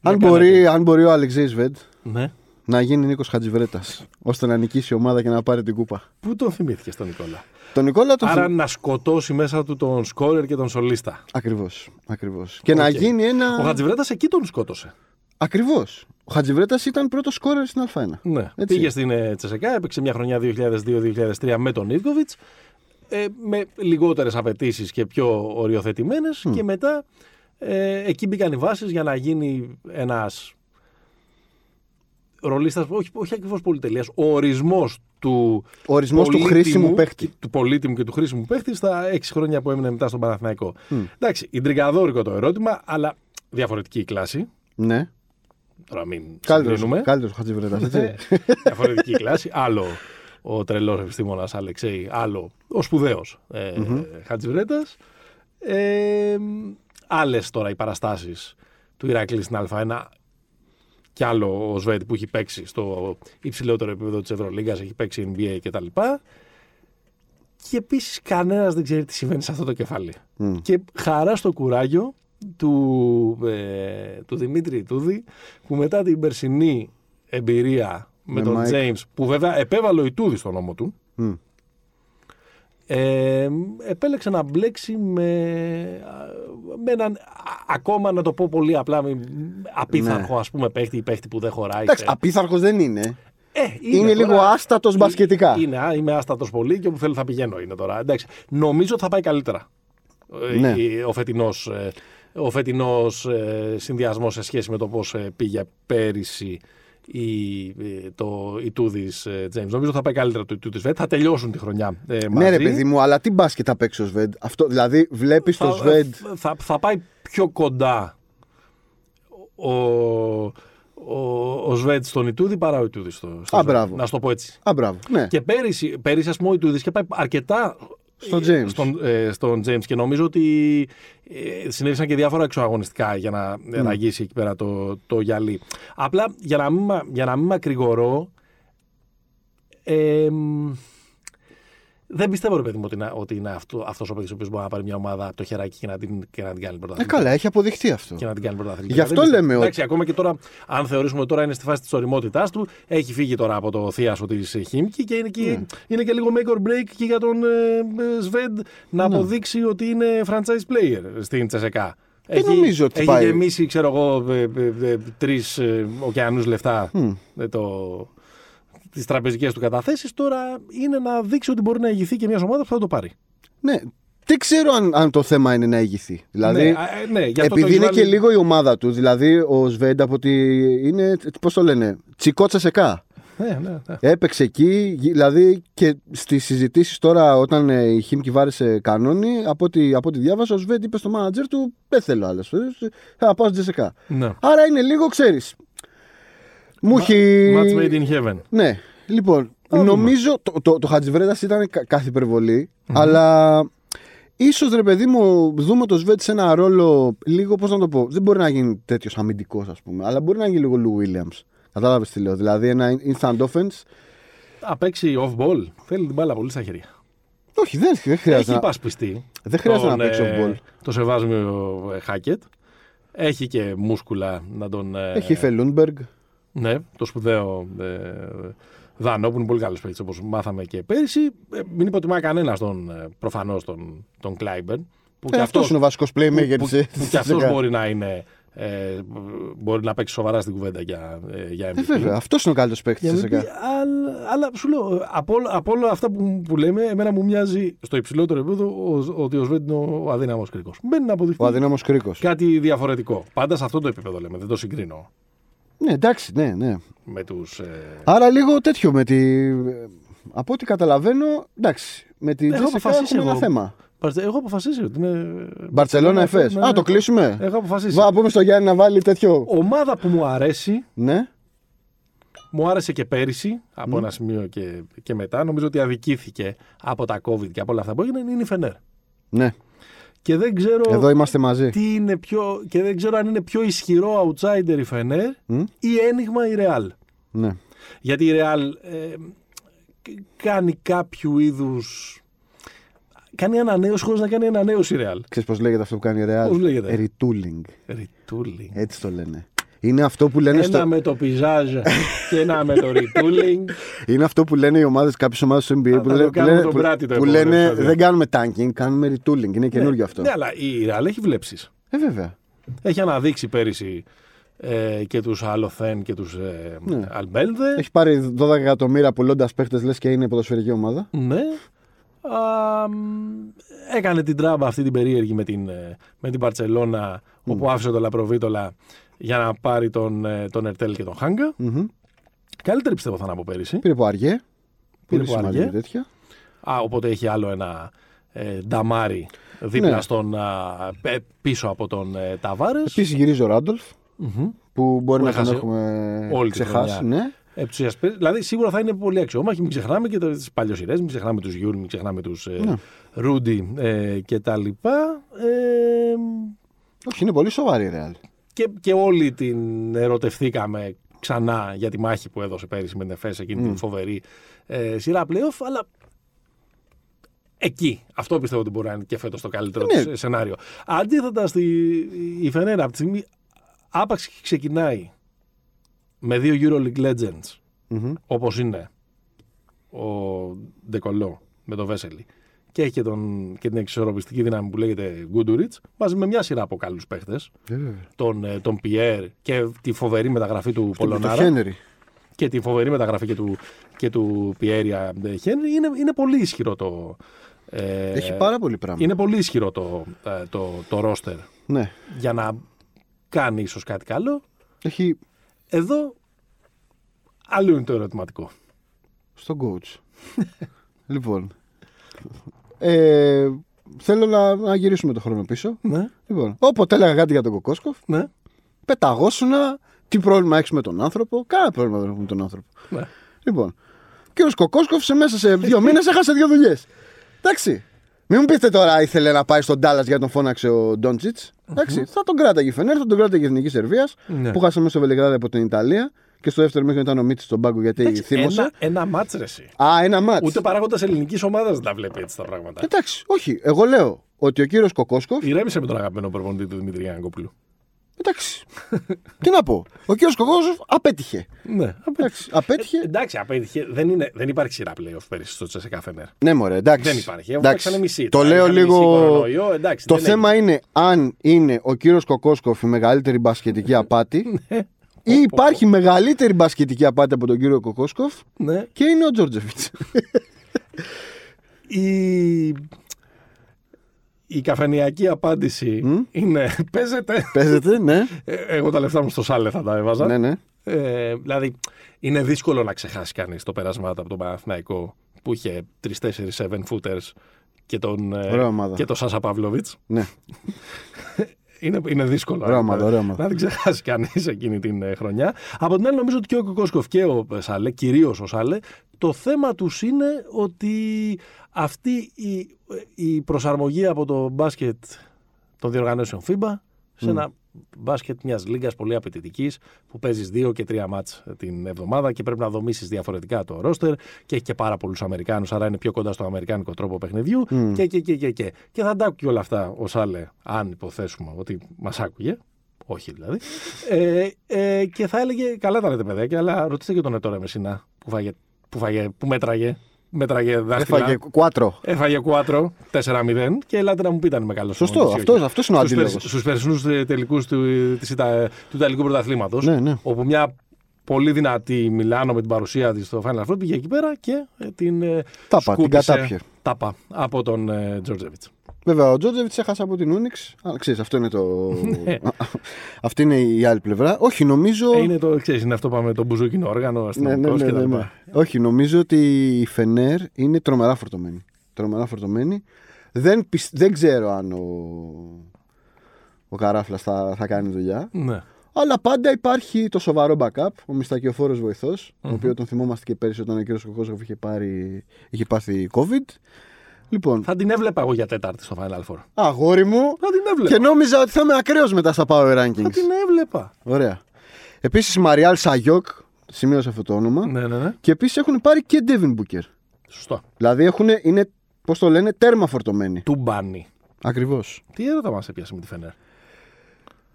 αν Για μπορεί, αν μπορεί ο Αλεξέης Βεντ Ναι. να γίνει Νίκος Χατζιβρέτα, ώστε να νικήσει η ομάδα και να πάρει την κούπα. Πού τον θυμήθηκες τον Νικόλα. Τον Νικόλα τον Άρα να σκοτώσει μέσα του τον σκόρερ και τον σολίστα. Ακριβώς. Ακριβώς. Και να Οκ. γίνει Ο ένα. Χατζιβρέτα εκεί τον σκότωσε. Ακριβώς. Ο Χατζιβρέτα ήταν πρώτος σκόρερ στην Α1. Ναι. Έτσι. Πήγε στην ε, Τσεσεκά, έπαιξε μια χρονιά 2002-2003 με τον Ιβκοβιτ. Ε, με λιγότερες απαιτήσεις και πιο οριοθετημένες. Και μετά ε, εκεί μπήκαν οι βάσεις για να γίνει ένας ρολίστας, όχι, όχι ακριβώς πολυτελείας, ο ορισμός του. Ο ορισμός του πολύτιμου χρήσιμου παίκτη. και- Του πολύτιμου και του χρήσιμου παίχτη στα 6 χρόνια που έμεινε μετά στον Παναθηναϊκό. Εντάξει, ιντριγκαδόρικο το ερώτημα, αλλά διαφορετική η κλάση. Ναι. Τώρα μην συγκρίνουμε. Καλύτερος ο Χατζιβρέτα. Ναι. Διαφορετική κλάση. Άλλο ο τρελός επιστήμονας Αλεξέη, άλλο ο σπουδαίος ε, Χατζιβρέτα. Ε, Άλλες τώρα οι παραστάσεις του Ηρακλή στην Α1. Κι άλλο ο Σβέντ που έχει παίξει στο υψηλότερο επίπεδο της Ευρωλίγα, έχει παίξει NBA κτλ. Και επίσης κανένας δεν ξέρει τι συμβαίνει σε αυτό το κεφάλι. Και χαρά στο κουράγιο του, ε, του Δημήτρη Τούδη που μετά την περσινή εμπειρία με, Με τον Mike. James που βέβαια επέβαλε ο Ιτούδης στον νόμο του Μμ. ε, επέλεξε να μπλέξει με, με έναν α- ακόμα να το πω πολύ απλά με- απίθαρχο ας πούμε παίχτη ή παίχτη που δεν χωράει Ναι. Εντάξει, Ε, απίθαρχος δεν είναι. ε, Είναι τώρα- Ε, λίγο άστατο μπασκετικά. είναι, α, είμαι άστατος πολύ και όπου θέλω θα πηγαίνω είναι τώρα. Εντάξει. Νομίζω ότι θα πάει καλύτερα ε, Ναι. η- ο φετινός ο φετινός ε, συνδυασμός σε σχέση με το πώς ε, πήγε πέρυσι η, ε, το Ιτούδης ε, James. Νομίζω θα πάει καλύτερα το Ιτούδης Βέτ. Θα τελειώσουν τη χρονιά ε, μαζί. Ναι, ρε παιδί μου, αλλά τι μπάσκετ θα παίξει ο Σβέντ. Αυτό, δηλαδή, βλέπεις θα, ε, τον Σβέντ. θα, θα, πάει πιο κοντά ο, ο, ο Σβέντ στον Ιτούδη παρά ο Ιτούδης στο, στο Α, Σβέντ. μπράβο. Να σου το πω έτσι. Α, μπράβο. Ναι. Και πέρυσι, πέρυσι ας πούμε, ο Ιτούδης και πάει αρκετά Στον ε, James. Στον, ε, στον James. Και νομίζω ότι ε, συνέβησαν και διάφορα εξωαγωνιστικά για να Ναι. mm. ραγίσει εκεί πέρα το, το γυαλί. Απλά για να μην, μα- για να μην μακρηγορώ, ε, μ, δεν πιστεύω, ρε παιδί μου, ότι είναι, ότι είναι αυτό, αυτός ο παίκτης ο οποίος μπορεί να πάρει μια ομάδα από το χεράκι και να την, και να την κάνει Ε, πρωταθλητή. καλά, έχει αποδειχτεί αυτό. Και να την κάνει πρωταθλητή. Γι' αυτό Δεν πιστεύω. λέμε ότι- Εντάξει, ακόμα και τώρα, αν θεωρήσουμε ότι τώρα είναι στη φάση της οριμότητάς του, έχει φύγει τώρα από το θείασο της Χίμκι και είναι και, Ναι. είναι και λίγο make or break και για τον ε, ε, Σβέντ να Ναι. αποδείξει ότι είναι franchise player στην Τσεσεκά. Δεν νομίζω ότι έχει πάει. γεμίσει, ξέρω εγώ, ε, ε, ε, τρεις ε, ωκεανούς λεφτά ε, το, τις τραπεζικές του καταθέσεις τώρα είναι να δείξει ότι μπορεί να ηγηθεί και μιας ομάδας που θα το πάρει. Ναι. Τι ξέρω αν, αν το θέμα είναι να ηγηθεί. Δηλαδή, ναι, α, ε, ναι, γι' αυτό το Επειδή έχεις είναι βάλει- και λίγο η ομάδα του, δηλαδή ο Σβέντ από ότι είναι, πώς το λένε, τσικό τσεσεκά. Ναι, ναι, ναι. Έπαιξε εκεί, δηλαδή και στις συζητήσεις τώρα όταν ε, η Χίμκι βάρεσε κανόνι, από ό,τι, από ό,τι διάβασα, ο Σβέντ είπε στο μάνατζερ του: Δεν θέλω άλλες φορές. Θα πάω στην Τζεσικά. ναι. Άρα είναι λίγο, ξέρεις. Μου έχει. Match made in heaven. Ναι, λοιπόν. Θα δούμε. νομίζω το, το, το Χατζιβρέτας ήταν κα- κάθε υπερβολη αλλά ίσως ρε παιδί μου, δούμε το Σβέτ σε ένα ρόλο λίγο, πώς να το πω. Δεν μπορεί να γίνει τέτοιος αμυντικός, ας πούμε, αλλά μπορεί να γίνει λίγο Λου Βίλιαμ. Κατάλαβες τι λέω. Δηλαδή ένα instant offense. Θα παίξει off-ball. Θέλει την μπάλα πολύ στα χέρια. Όχι, δεν, δεν Έχει χρειάζεται. να... πασπιστεί. Δεν χρειάζεται να τον, παίξει ε, off-ball. Το σεβάσμιο ε, Χάκετ. Έχει και μούσκουλα να τον. ε, Έχει Φελούνμπεργκ. Ναι, το σπουδαίο ε, Δάνο που είναι πολύ καλός παίκτης όπως μάθαμε και πέρυσι. Ε, μην υποτιμά κανένας τον ε, προφανώς τον, τον Κλάιμπερν. Που Ε, αυτό είναι ο βασικός playmaker που, της- που της και αυτός Τζεκά. μπορεί να είναι. Ε, μπορεί να παίξει σοβαρά στην κουβέντα για, ε, για MVP. Ε, βέβαια, αυτός είναι ο καλύτερος παίκτης Για της MVP, αλλά, αλλά σου λέω, ε, από, όλα- από όλα αυτά που, που λέμε, εμένα μου μοιάζει στο υψηλότερο επίπεδο ο- ότι ο Σβέντ είναι ο αδύναμος κρίκος. Μπαίνει να Ο αποδειχθεί αδύναμος κρίκος. κάτι διαφορετικό. Πάντα σε αυτό το επίπεδο λέμε, δεν το συγκρίνω Ναι, εντάξει, ναι, ναι. με τους... Ε... Άρα λίγο τέτοιο με τη. Από ό,τι καταλαβαίνω, εντάξει. Με την Έχω Τζέσικα αποφασίσει έχουμε ένα εγώ. θέμα. Παραστε- Έχω αποφασίσει ότι είναι. Μπαρσελόνα εφέ. ναι, Α, ναι. το κλείσουμε. Έχω αποφασίσει. Βα, πούμε στο Γιάννη να βάλει τέτοιο. Ομάδα που μου αρέσει, Ναι. μου άρεσε και πέρυσι, από ένα σημείο και, και μετά, νομίζω ότι αδικήθηκε από τα COVID και από όλα αυτά που έγιναν, είναι η Φενέρ. Ναι. Και δεν ξέρω. Εδώ είμαστε μαζί. τι είναι πιο, και δεν ξέρω αν είναι πιο ισχυρό outsider η Φενέρ Μμ. ή ένιγμα η Ρεάλ. Ναι. Γιατί η Ρεάλ ε, κ- κάνει κάποιου είδους. Κάνει ανανέωση χωρί να κάνει ανανέωση η Ρεάλ. Ξέρεις πώς λέγεται αυτό που κάνει η Real. Πώς λέγεται? Retooling. Ριτούλινγκ. Έτσι το λένε. Ε, Είναι αυτό που λένε, Ένα στο... με το πιζάζ και ένα με το ριτούλινγκ. είναι αυτό που λένε οι ομάδες, κάποιες ομάδες του NBA Θα που το λένε, που κάνουμε λένε, τον που- Πράτη το που επόμενο λένε, επεισόδιο. δεν κάνουμε tanking, κάνουμε retooling. Είναι καινούριο αυτό. ναι, αλλά η Ρεάλ έχει βλέψεις. Ε, βέβαια. Έχει αναδείξει πέρυσι ε, και τους Αλοθέν και τους ε, Αλμπέλδε. Ναι. Έχει πάρει 12 εκατομμύρια πουλώντα παίχτες, λες και είναι ποδοσφαιρική ομάδα. Ναι. Α, μ, έκανε την τράμπα αυτή την περίεργη με την, ε, με την Παρτσελώνα όπου άφησε τον Λαπροβίτολα για να πάρει τον, ε, τον Ερτέλ και τον Χάγκα. Μμμ. Καλύτερη πιστεύω θα είναι από πέρυσι. Πήρε από αργέ. Πολύ από σημαντική Αργέ. τέτοια. Α, οπότε έχει άλλο ένα ε, νταμάρι δίπλα Ναι. στον, α, πε- πίσω από τον ε, Ταβάρες. Επίσης γυρίζει ο Ράντολφ. Που μπορεί να τον έχασε έχουμε όλη τη Ε, ξεχάσει. χρονιά. Ναι. Ε, τους Ιασπέρ- δηλαδή σίγουρα θα είναι πολύ αξιόμα και μην ξεχνάμε και τις παλιές σειρές, μην ξεχνάμε τους Γιούρ, μην ξεχνάμε τους Ναι. ε, Ρούντι ε, κτλ. Ε, Όχι, είναι πολύ σοβαρή η Real. και, και όλοι την ερωτευθήκαμε ξανά για τη μάχη που έδωσε πέρυσι με την ΕΦΕΣ εκείνη την φοβερή ε, σειρά playoff, αλλά εκεί. Αυτό πιστεύω ότι μπορεί να είναι και φέτος το καλύτερο Ναι. της σενάριο. Αντίθετα, στη, η Φενέρα από τη στιγμή άπαξ και ξεκινάει με δύο EuroLeague Legends, Μμμ. όπως είναι ο Ντεκολό με τον Βέσελη και έχει και, τον, και την εξισορροπιστική δύναμη που λέγεται Γκούντουριτς, μαζί με μια σειρά από καλούς παίχτες, τον, ε, τον Πιέρ και τη φοβερή μεταγραφή του Με Το Πολωνάρα Χένρι. και τη φοβερή μεταγραφή και του, και του Πιέρια ε, Χένρι είναι, είναι πολύ ισχυρό το... ε, Έχει πάρα πολύ πράγμα. Είναι πολύ ισχυρό το, ε, το, το ρόστερ Ναι. για να κάνει ίσως κάτι καλό. Έχει Εδώ άλλο είναι το ερωτηματικό. στον coach. λοιπόν. Ε, θέλω να, να γυρίσουμε το χρόνο πίσω. Ναι, Λοιπόν, όποτε έλεγα κάτι για τον Κοκόσκοφ, ναι. πεταγόσουνα. Τι πρόβλημα έχεις με τον άνθρωπο. Κάνα πρόβλημα δεν έχω με τον άνθρωπο. ναι. Λοιπόν, ο κύριος Κοκόσκοφ σε μέσα σε δύο μήνες έχασε δύο δουλειές. Εντάξει. Μην μου πείτε τώρα ήθελε να πάει στον Τάλλας για τον φώναξε ο Ντόντζιτ. Εντάξει. Θα τον κράταγε η Φενέρ, θα τον κράταγε η Εθνική Σερβίας Ναι. που χάσαμε στο Βελιγράδι από την Ιταλία και στο δεύτερο μήχρονο ήταν ο Μίτη στον πάγκο γιατί Εντάξει, θύμωσε. Ένα, ένα μάτς ρε εσύ. Α, ένα μάτ. Ούτε παράγοντας ελληνικής ομάδας δεν τα βλέπει έτσι τα πράγματα. Εντάξει, όχι. Εγώ λέω ότι ο κύριος Κοκόσκοφ. Ηρέμησε με τον αγαπημένο προπονητή του Δημήτρη Γιάννακοπουλου. Εντάξει. Τι να πω. Ο κύριος Κοκόσκοφ απέτυχε. Ναι, Εντάξει, απέτυχε. Εντάξει, απέτυχε. Δεν, είναι, δεν υπάρχει σειρά playoff πέρυσι στο Τσέσσεκα Φενέρ. Ναι, μωρέ, εντάξει. Δεν υπάρχει. Έχουν Εντάξει. παίξει μισή. Το Τώρα λέω είχαν λίγο. μισή κορονοϊό, εντάξει, Το δεν θέμα είναι αν είναι ο κύριος Κοκόσκοφ η μεγαλύτερη μπασκετική Ναι. απάτη ή υπάρχει μεγαλύτερη μπασκετική απάτη από τον κύριο Κοκόσκοφ έγινε. Ναι. και είναι ο Τζόρτζεβιτ. Η... η καφενειακή απάντηση είναι παίζεται. Παίζεται, ναι. Ε, Εγώ τα λεφτά μου στο σάλε θα τα έβαζα. ναι, ναι. Ε, δηλαδή είναι δύσκολο να ξεχάσει κανείς το πέρασμά του από τον Παναθηναϊκό που είχε 3-4 7 footers και τον, ε, Ωραία ομάδα. και τον Σάσα Παυλόβιτ. Ναι. Είναι, είναι δύσκολο Ε, Ωραία να- ομάδα, ωραία ομάδα. να την ξεχάσει κανείς εκείνη την ε, χρονιά. Από την άλλη, νομίζω ότι και ο Κοκόσκοφ και ο ε, Σάλε, κυρίως ο Σάλε, το θέμα τους είναι ότι αυτή η, ε, η προσαρμογή από το μπάσκετ των διοργανώσεων FIBA σε ένα μπάσκετ μιας λίγα πολύ απαιτητικής που παίζεις δύο και τρία μάτ την εβδομάδα και πρέπει να δομήσεις διαφορετικά το ρόστερ και έχει και πάρα πολλούς Αμερικάνους, άρα είναι πιο κοντά στο αμερικάνικο τρόπο παιχνιδιού και, και, και, και, και. Και θα τα άκουγε όλα αυτά ο Σάλε, αν υποθέσουμε ότι μας άκουγε. Όχι δηλαδή. Ε, ε, και θα έλεγε, καλά τα λέτε παιδάκια, αλλά ρωτήστε και τον Ετώρα Μεσίνα που, φάγε, που, φάγε, που μέτραγε, μέτραγε δάχτυλα. Έφαγε κουάτρο. Έφαγε 4-0 και ελάτε να μου πείτε αν είμαι καλός. Σωστό, αυτός- αυτός είναι ο αντίλογος. Στους περσινούς τελικού ε, του, της Ιτα- του Ιταλικού Πρωταθλήματος. Ναι, ναι. Όπου μια πολύ δυνατή Μιλάνο με την παρουσία της στο Final Four πήγε εκεί πέρα και ε, την. ε, Τάπα, την σκούπισε- κατάπιε. Τάπα από τον ε, Τζορτζεβιτ. Βέβαια, ο Τζότζεβιτ έχασε από την Ούνιξ. Αλλά ξέρεις, αυτό είναι το. Αυτή είναι η άλλη πλευρά. Όχι, νομίζω. Ε, Είναι το, ξέρεις, είναι αυτό που πάμε το μπουζούκινο όργανο, Ναι, ναι, αστυνομικός ναι, ναι, ναι. Όχι, νομίζω ότι η Φενέρ είναι τρομερά φορτωμένη. Τρομερά φορτωμένη. Δεν, πισ- δεν ξέρω αν ο, ο Καράφλας θα, θα κάνει δουλειά. ναι. Αλλά πάντα υπάρχει το σοβαρό backup, ο μιστακιοφόρο τον οποίος τον θυμόμαστε και πέρυσι όταν ο κ. Κοκόζοφ είχε, πάρει, είχε πάθει COVID. Λοιπόν, Θα την έβλεπα εγώ για τέταρτη στο Final Four. αγόρι μου, Θα την έβλεπα. και νόμιζα ότι θα είμαι ακραίος μετά στα Power Θα Rankings. την έβλεπα. Ωραία. Επίσης, Μαριάλ Σαγιόκ, σημείωσα αυτό το όνομα. Ναι, ναι, ναι. Και επίσης έχουν πάρει και Devin Booker. Σωστό. Δηλαδή έχουν, είναι, πώς το λένε, τέρμα φορτωμένοι. Του μπάνι. Ακριβώς. Τι έρωτα μας έπιασε με τη Φενέρ.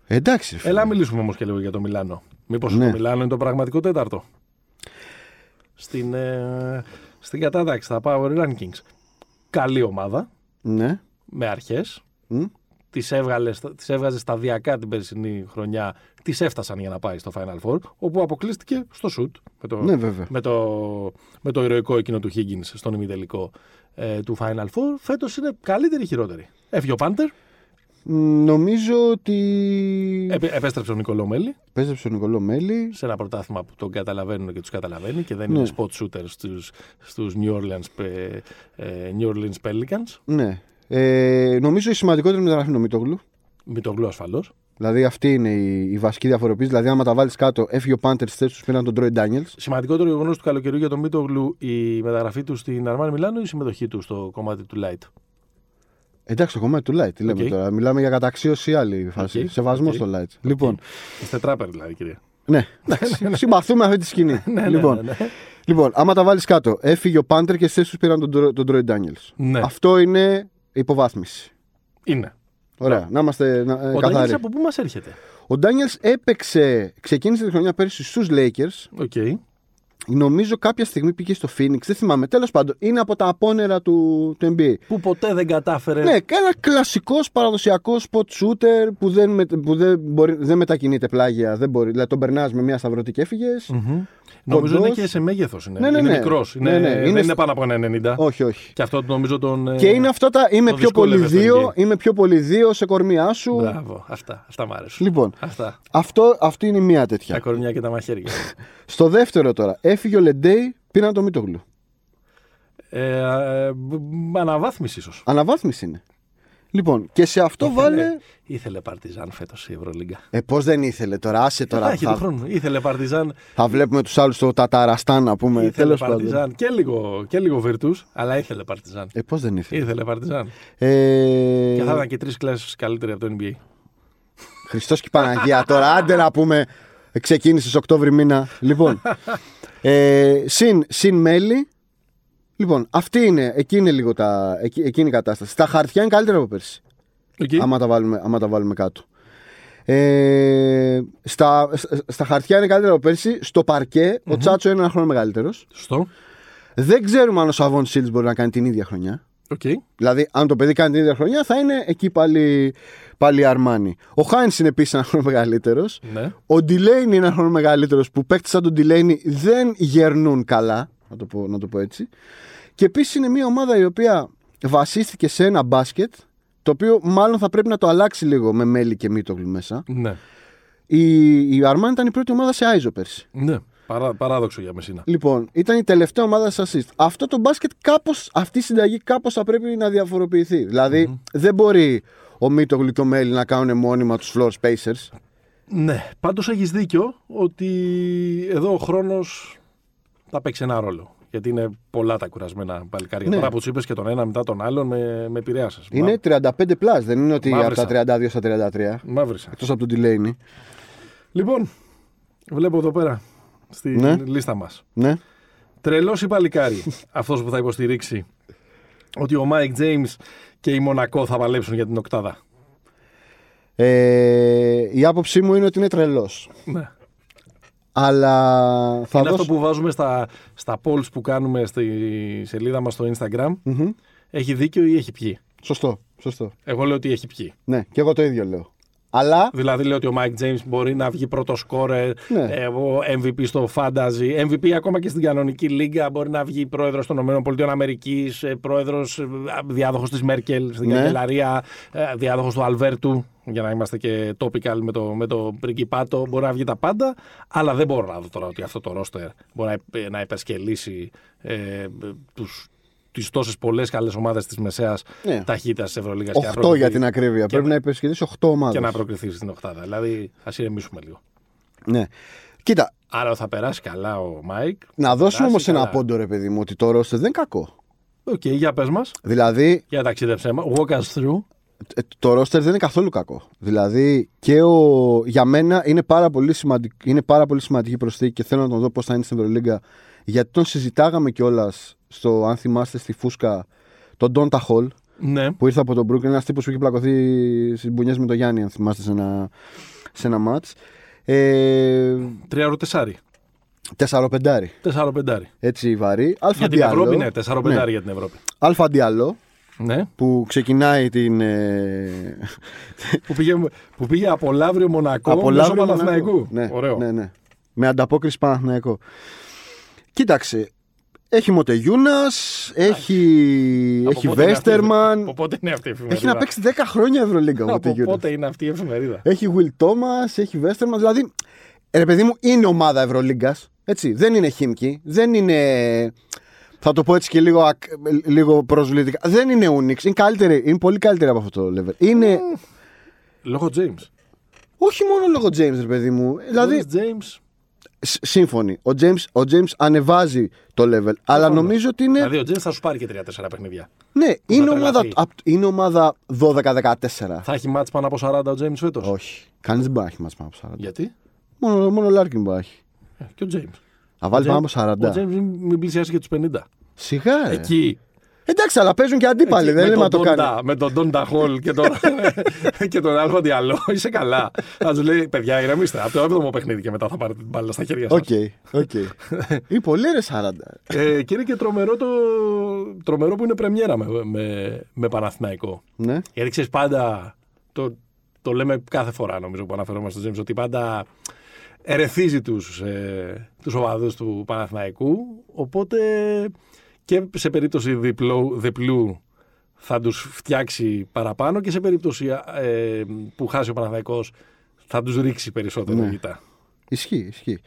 Εντάξει. ρε φίλε. Έλα, μιλήσουμε όμως και λίγο για το Μιλάνο. Μήπως Ναι. το Μιλάνο είναι το πραγματικό τέταρτο. Στην, ε, στην κατάταξη, στα Power Rankings. Καλή ομάδα, Ναι. με αρχές. Μ. Τις, έβγαλες, στα- τις έβγαζες σταδιακά την περσινή χρονιά. Τις έφτασαν για να πάει στο Final Four, όπου αποκλείστηκε στο σουτ με το, Ναι, βέβαια. με το, με το ηρωικό εκείνο του Higgins στον ημιτελικό ε, του Final Four. Φέτος είναι καλύτερη ή χειρότερη. Έφυγε ο Πάντερ, Μ, Νομίζω ότι. επέ- επέστρεψε ο Νικολό Μέλη. Πέστρεψε ο Νικολό Μέλη. σε ένα πρωτάθλημα που τον καταλαβαίνουν και τους καταλαβαίνει και δεν Ναι. είναι spot shooter στους, στους New, Orleans, ε, ε, New Orleans Pelicans. Ναι. Ε, νομίζω η σημαντικότερη μεταγραφή είναι ο Μητόγλου. Μητογλου ασφαλώς. Δηλαδή αυτή είναι η, η βασική διαφοροποίηση. Δηλαδή, άμα τα βάλεις κάτω, έφυγε ο Πάντερ στη θέση τους πήραν τον Τρόι Ντάνιελ. Σημαντικότερο γεγονός του καλοκαιριού για τον Μητογλου η μεταγραφή του στην Αρμάνι Μιλάνο ή η συμμετοχή του στο κομμάτι του Light. Εντάξει, το κομμάτι του Light. Τι λέμε Οκ. τώρα. Μιλάμε για καταξίωση ή άλλη φάση. Οκ. Σεβασμό Οκ. Ναι, στο Light. Λοιπόν, Είστε τράπερ δηλαδή, κυρία. ναι. Εντάξει, Συμπαθούμε αυτή τη σκηνή. λοιπόν, ναι, Λοιπόν, άμα τα βάλεις κάτω, έφυγε ο Πάντερ και στι τους πήραν τον, Τρο- τον Τρόι Ντάνιελ. Ναι. Αυτό είναι υποβάθμιση. Είναι. Ωραία, να είμαστε να, ε, Ναι. Ο καθαροί. Ντάνιελ από πού μας έρχεται. Ο Ντάνιελ έπαιξε, ξεκίνησε τη χρονιά πέρσι στους Lakers. Οκ. Νομίζω κάποια στιγμή πήγε στο Phoenix, δεν θυμάμαι. Τέλος πάντων, είναι από τα απόνερα του, του NBA. Που ποτέ δεν κατάφερε. Ναι, ένα κλασικός παραδοσιακός spot shooter που δεν, με- που δεν, μπορεί, δεν μετακινείται πλάγια. Δεν μπορεί, δηλαδή τον περνάς με μια σταυρωτή και έφυγες. Μμμ. Νομίζω Κοντός. είναι και σε μέγεθος. Είναι, Ναι, ναι, είναι ναι. μικρός. Ναι, Είναι, ναι, Δεν είναι είναι, στο- πάνω από ένα 90. Όχι, όχι. Και αυτό νομίζω τον. ε, Και είναι αυτά τα είμαι Το πιο πολύ δυσκόλευε στο δύο, NBA. είμαι πιο πολύ δύο σε κορμιά σου. Μπράβο. Αυτά, αυτά μ' αρέσουν. Λοιπόν, Αυτά. αυτό, αυτή είναι η μία Τα τέτοια. κορμιά και τα μαχαίρια. Στο δεύτερο τώρα, έφυγε ο Λεντέι, πήραν το Μητόγλου. ε, ε, μ, μ, αναβάθμιση ίσως. Αναβάθμιση είναι. Λοιπόν, και σε αυτό βάλε. Ε, Ήθελε Παρτιζάν φέτος η Ευρωλίγκα. Ε, πώς δεν ήθελε τώρα, άσε Ε, Θα τώρα. έχει του Θα, χρόνου. Ήθελε Παρτιζάν. θα βλέπουμε τους άλλους στο Ταταραστάν να πούμε. Ήθελε Τέλος Ε, πάντων. Παρτιζάν. Και λίγο, και λίγο Βερτούς, αλλά ήθελε Παρτιζάν. Ε, πώς δεν ήθελε. Ήθελε Παρτιζάν. Ε, Και θα ήταν και τρεις κλάσεις καλύτεροι από το NBA. Χριστός και η Παναγία τώρα, άντε να πούμε. Ξεκίνησε σε Οκτώβρη μήνα. Λοιπόν. ε, συν, συν μέλη. Λοιπόν, αυτή είναι, εκεί είναι λίγο τα, εκεί, εκείνη η κατάσταση. Τα χαρτιά είναι καλύτερα από πέρσι. Okay. Άμα, τα βάλουμε, άμα τα βάλουμε κάτω. Ε, στα, σ- στα χαρτιά είναι καλύτερα από πέρσι. Στο παρκε ο Τσάτσο είναι ένας χρόνος μεγαλύτερος. Σωστό. Δεν ξέρουμε αν ο Σαββόν Σίλτ μπορεί να κάνει την ίδια χρονιά. Οκ. Δηλαδή, αν το παιδί κάνει την ίδια χρονιά, θα είναι εκεί πάλι, πάλι Αρμάνι. Ο Χάιν είναι επίσης ένας χρόνος μεγαλύτερος. Ναι. Ο Ντιλέιν είναι ένας χρόνος μεγαλύτερος που παίκτες σαν τον Ντιλέιν δεν γερνούν καλά. Να το πω, να το πω έτσι. Και επίσης είναι μια ομάδα η οποία βασίστηκε σε ένα μπάσκετ το οποίο μάλλον θα πρέπει να το αλλάξει λίγο με μέλι και μήτογλου μέσα. Ναι. Η, η Αρμάν ήταν η πρώτη ομάδα σε Άιζο πέρσι. Ναι. Παρά, παράδοξο για Μεσίνα. Λοιπόν, ήταν η τελευταία ομάδα σε assist. Αυτό το μπάσκετ κάπως, αυτή η συνταγή κάπως θα πρέπει να διαφοροποιηθεί. Δηλαδή, δεν μπορεί ο Μίτογλου και ο Μέλι να κάνουν μόνιμα τους floor spacers. Ναι, πάντως έχεις δίκιο ότι εδώ ο χρόνος θα παίξει ένα ρόλο. Γιατί είναι πολλά τα κουρασμένα παλικάρια. Ναι. Τώρα που τους είπες και τον ένα μετά τον άλλον, με, με επηρέασε. Είναι 35 plus, δεν είναι ότι από Μαύρισα. τα 32 στα 33. Μα, μαύρισα. Εκτός από τον Τιλέινι. Λοιπόν, βλέπω εδώ πέρα στη Ναι. λίστα μας. Ναι. Τρελός ή παλικάρι αυτός που θα υποστηρίξει ότι ο Μάικ Τζέιμ και η Μονακό θα παλέψουν για την οκτάδα. Ε, η άποψή μου είναι ότι είναι τρελός. Ναι. Αλλά θα Είναι δώσω... αυτό που βάζουμε στα, στα polls που κάνουμε στη σελίδα μας στο Instagram. Μμμ. Έχει δίκιο ή έχει πιει. Σωστό, σωστό. Εγώ λέω ότι έχει πιει. Ναι, και εγώ το ίδιο λέω. Αλλά Δηλαδή λέω ότι ο Mike James μπορεί να βγει πρώτος σκόρερ, Ναι. ε, ο MVP στο Fantasy, MVP ακόμα και στην κανονική λίγα, μπορεί να βγει πρόεδρος των ΗΠΑ, Αμερικής, ε, πρόεδρος, ε, διάδοχος της Μέρκελ στην Ναι. καγκελαρία, ε, διάδοχος του Αλβέρτου, για να είμαστε και topical με το, με το πριγκιπάτο, μπορεί να βγει τα πάντα, αλλά δεν μπορώ να δω τώρα ότι αυτό το ρόστερ μπορεί να, υπε- να υπερσκελίσει ε, ε, τους τις τόσες πολλές καλές ομάδες της μεσαίας Ναι. ταχύτητας της Ευρωλίγα. 8 για την ακρίβεια. Πρέπει να υπερσκεδίσει 8 ομάδες. και να προκριθεί στην οκτάδα. Δηλαδή, ας ηρεμήσουμε λίγο. Ναι. Κοίτα, Άρα θα περάσει καλά ο Μάικ. να δώσουμε όμω Περάσει ένα καλά. πόντο, ρε παιδί μου, ότι το ρόστερ δεν είναι κακό. Οκ, για πες μας. Δηλαδή, Για ταξίδεψέ μα. Walk us through. ε, το ρόστερ δεν είναι καθόλου κακό. Δηλαδή, και ο... για μένα είναι πάρα, πολύ σημαντικ- είναι πάρα πολύ σημαντική προσθήκη και θέλω να τον δω πώς θα είναι στην Ευρωλίγκα. Γιατί τον συζητάγαμε κιόλας στο, αν θυμάστε, στη Φούσκα, τον Ντόντα Χολ, Ναι. που ήρθε από τον Brooklyn, ένας τύπος που είχε πλακωθεί στις μπουνιές με τον Γιάννη, αν θυμάστε, σε ένα, σε ένα μάτ. Ε, Τριάρο τεσάρι. τεσσαροπεντάρι. Τεσσάρο πεντάρι. Έτσι βαρύ. Αλφα Για την Διάλο. Ευρώπη, ναι. Τεσσάρο πεντάρι για την Ευρώπη. Αλφα Διάλο Ναι. που ξεκινάει την. Ε... που, πήγε, που πήγε από Λαύριο Μονακό από μέσω Λαύριο Παναθηναϊκού. Μονακό. Ναι, Ωραίο. ναι, ναι. Με ανταπόκριση Παναθηναϊκό. Κοίταξε. Έχει Μοτεγιούνας, έχει, Από έχει πότε είναι αυτή η εφημερίδα? Βέστερμαν. Από πότε είναι αυτή η εφημερίδα. Έχει να παίξει 10 χρόνια Ευρωλίγκα ο Από Μοτεγιούνας. πότε είναι αυτή η εφημερίδα. Έχει Will Thomas, έχει Βέστερμαν. Δηλαδή, ε, ρε παιδί μου, είναι ομάδα Ευρωλίγκας. Έτσι. Δεν είναι χίμκι. Δεν είναι. Θα το πω έτσι και λίγο, ακ- λίγο προσβλητικά. Δεν είναι Unix. Είναι, καλύτερη, είναι πολύ καλύτερη από αυτό το level. Είναι. Λόγω James. Όχι μόνο λόγω James, ρε παιδί μου. Δηλαδή, Χωρίς James. σ- σύμφωνοι. Ο James, ο James ανεβάζει το level. Αλλά νομίζω ότι είναι. Δηλαδή ο James θα σου πάρει και 3-4 παιχνίδια. ναι, είναι ομάδα, τρελαθεί. απ- είναι ομάδα 12-14. Θα έχει μάτς πάνω από 40 ο James φέτος. Όχι. Κανείς δεν μπορεί να έχει μας πάνω από 40. Γιατί. Μόνο, μόνο ο Larkin μπορεί να έχει. Ε, Και ο James. Να βάλει πάνω από 40. Ο James μην- μην πλησιάσει και τους 50. Σιγά, ρε. Εκεί. Εντάξει, αλλά παίζουν και αντίπαλοι. εκεί, δεν με λέμε να το τον κάνει. Ντόντα- Με τον Ντόντα Χολ και τον, και τον Άλφα Διαλό. Είσαι καλά. Θα του λέει, παιδιά, ηρεμήστε. Από το έβδομο παιχνίδι και μετά θα πάρετε την μπάλα στα χέρια σας. Οκ, οκ. Είναι πολύ ρε 40. Ε, και είναι και τρομερό, το... τρομερό που είναι πρεμιέρα με, με, με Παναθηναϊκό. Ναι. Γιατί ξέρεις πάντα. Το, το λέμε κάθε φορά νομίζω που αναφερόμαστε στο James ότι πάντα ερεθίζει τους, ε, τους οπαδούς του Παναθηναϊκού οπότε και σε περίπτωση διπλού, διπλού θα τους φτιάξει παραπάνω και σε περίπτωση ε, που χάσει ο Παναθηναϊκός θα τους ρίξει περισσότερο ναι. Ισχύει, ισχύει.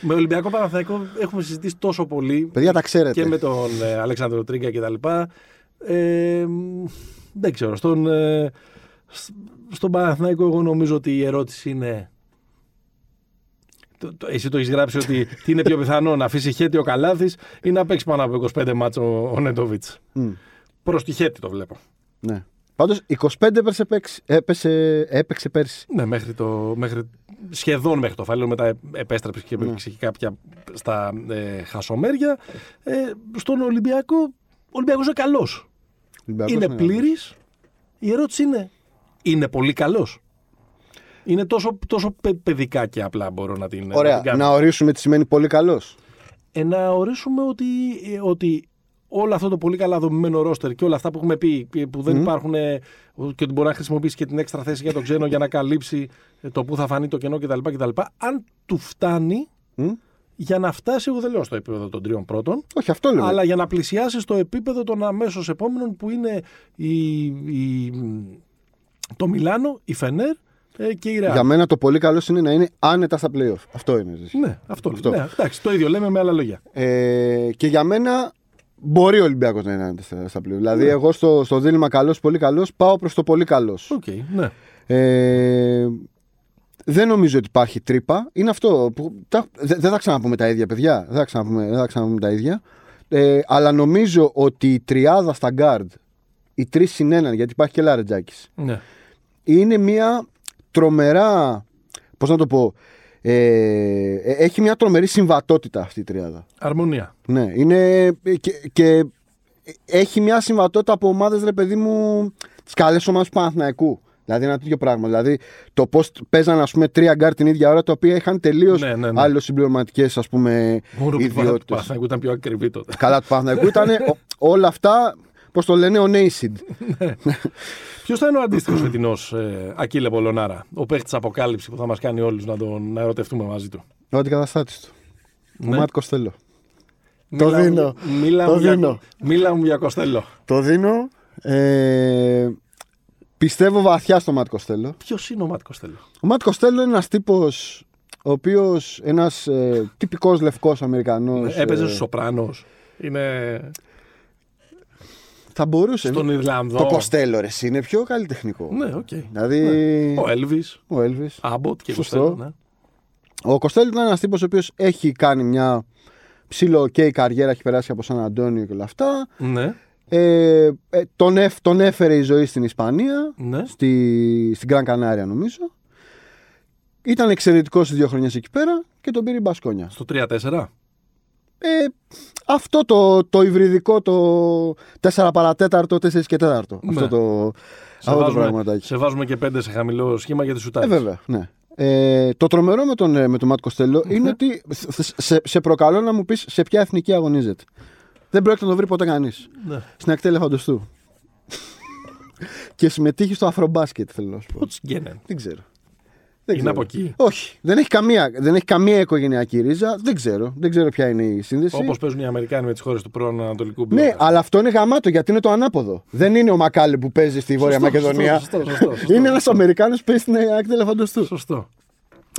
Με Ολυμπιακό Παναθηναϊκό έχουμε συζητήσει τόσο πολύ Παιδιά, τα ξέρετε. και με τον ε, Αλέξανδρο Τρίγκα και τα λοιπά. Ε, μ, δεν ξέρω. Στον, ε, σ- στον Παναθηναϊκό εγώ νομίζω ότι η ερώτηση είναι... Το, το, εσύ το έχεις γράψει ότι τι είναι πιο πιθανό να αφήσει χέτη ο Καλάθης ή να παίξει πάνω από 25 μάτσο ο, ο Νέντοβιτς. Μμ, Προς τη χέτη το βλέπω. Ναι. Πάντως 25 έπαιξε, παίξ- έπεσε- έπαιξε πέρσι. Ναι, μέχρι το, μέχρι, σχεδόν μέχρι το φάλιρο, μετά επέστρεψε και έπαιξε και κάποια στα ε, χασομέρια. Ε, στον Ολυμπιακό, ο Ολυμπιακός είναι καλός. Ολυμπιακός ναι. είναι μεγάλος. πλήρη. Η ερώτηση είναι, είναι πολύ καλός. Είναι τόσο, τόσο παι- παιδικά και απλά μπορώ να την, να την Ωραία. κάνω. Να ορίσουμε τι σημαίνει πολύ καλός. Ε, να ορίσουμε ότι, ε, ότι όλο αυτό το πολύ καλά δομημένο ρόστερ και όλα αυτά που έχουμε πει ε, που δεν υπάρχουν ε, και ότι μπορεί να χρησιμοποιήσει και την έξτρα θέση για τον ξένο για να καλύψει ε, το που θα φανεί το κενό κτλ. κτλ αν του φτάνει για να φτάσει, εγώ δεν λέω στο επίπεδο των τριών πρώτων, Όχι, αυτό λέμε. αλλά για να πλησιάσει στο επίπεδο των αμέσως επόμενων που είναι η, η- το Μιλάνο, η Φενέρ, ε, και η Real. Για μένα το πολύ καλό είναι να είναι άνετα στα playoff. Αυτό είναι. ζήση. Ναι, αυτό. Αυτό. Ναι, εντάξει, το ίδιο λέμε με άλλα λόγια. Ε, και για μένα μπορεί ο Ολυμπιακός να είναι άνετα στα, στα playoff. Δηλαδή, εγώ στο, στο δίλημα καλός, πολύ καλός, πάω προς το πολύ καλός. Οκ, ναι. Ε, δεν νομίζω ότι υπάρχει τρύπα. Είναι αυτό. Που, τα, δε- δεν θα ξαναπούμε τα ίδια, παιδιά. Δεν θα ξαναπούμε, δεν θα ξαναπούμε τα ίδια. Ε, αλλά νομίζω ότι η τριάδα στα guard, οι τρεις συν έναν, γιατί υπάρχει και Λαρετζάκη, ναι. είναι μια τρομερά. Πώς να το πω. Ε, ε, έχει μια τρομερή συμβατότητα αυτή η τριάδα. Αρμονία. Ναι, είναι. Και, και έχει μια συμβατότητα από ομάδες, ρε παιδί μου, τις καλές ομάδες του Παναθηναϊκού. Δηλαδή, ένα τέτοιο πράγμα. Δηλαδή, το πώς παίζαν, ας πούμε, τρία γκάρ την ίδια ώρα, τα οποία είχαν τελείως Ναι, ναι, ναι. αλληλοσυμπληρωματικές, ας πούμε, Μόνο που το ιδιότητες. Παναθηναϊκού ήταν πιο ακριβή τότε. Καλά του Παναθηναϊκού ήταν όλα αυτά, πώς το λένε, ο Νέισιντ. Ποιος θα είναι ο αντίστοιχος φετινός ε, Ακύλε Πολωνάρα, ο παίχτης αποκάλυψη που θα μας κάνει όλους να τον να ερωτευτούμε μαζί του. Ο αντικαταστάτη του. Ναι. Ο Μάτ Κοστέλο. Το Μίλα μου- δίνω. Μίλα, Το μου για- δίνω. μίλα μου για Κοστέλο. Το δίνω. Ε, πιστεύω βαθιά στο Μάτ Κοστέλο. Ποιος είναι ο Μάτ Κοστέλο. Ο Ματ Κοστέλο είναι ένας τύπος ο οποίος ένας ε, τυπικός λευκός Αμερικανός. Ε, Έπαιζε στους Σοπράνος. Είναι θα μπορούσε. στον Ιρλανδό. Ε, Το Κοστέλο ρε, εσύ, είναι πιο καλλιτεχνικό. Ναι, οκ. Δηλαδή. Ο Έλβη, Ο Έλβη. Άμποτ και Σωστό. Κοστέλο. Ναι. Ο Κοστέλο ήταν ένας τύπος ο οποίος έχει κάνει μια ψηλό και καριέρα, έχει περάσει από Σαν Αντώνιο και όλα αυτά. ναι, Ε, ε, τον, εφ- τον έφερε η ζωή στην Ισπανία, ναι. στη, στην Gran Canaria νομίζω. Ήταν εξαιρετικός οι δύο χρονιές εκεί πέρα και τον πήρε η Μπασκόνια. Στο 3-4. ε, αυτό το, το υβριδικό το 4 παρατέταρτο, 4 και 4. Ναι. Αυτό το, Σε αυτό το βάζουμε, πραγματάκι. σε βάζουμε και 5 σε χαμηλό σχήμα για τη Ε, σουτάρι. βέβαια, ναι. Ε, το τρομερό με τον, ε, με τον Μάτ Κοστέλο είναι ότι θ- θ- σε, σε προκαλώ να μου πεις σε ποια εθνική αγωνίζεται. Δεν πρόκειται να το βρει ποτέ κανείς. Ναι. Στην ακτή του. και συμμετείχε στο αφρομπάσκετ, θέλω να σου πω. What's Genen. Δεν ξέρω. Δεν Είναι ξέρω. από εκεί. Όχι. Δεν έχει, καμία, δεν έχει καμία οικογενειακή ρίζα. Δεν ξέρω. Δεν ξέρω ποια είναι η σύνδεση. Όπως παίζουν οι Αμερικάνοι με τις χώρες του πρώην Ανατολικού Μπλοκ. Ναι, αλλά αυτό είναι γαμάτο γιατί είναι το ανάποδο. Δεν είναι ο Μακάλε που παίζει στη Βόρεια Σωστό, Μακεδονία. σωστό, σωστό, σωστό. είναι ένας Αμερικάνος που παίζει στην άκρη ελεφαντοστού. Σωστό.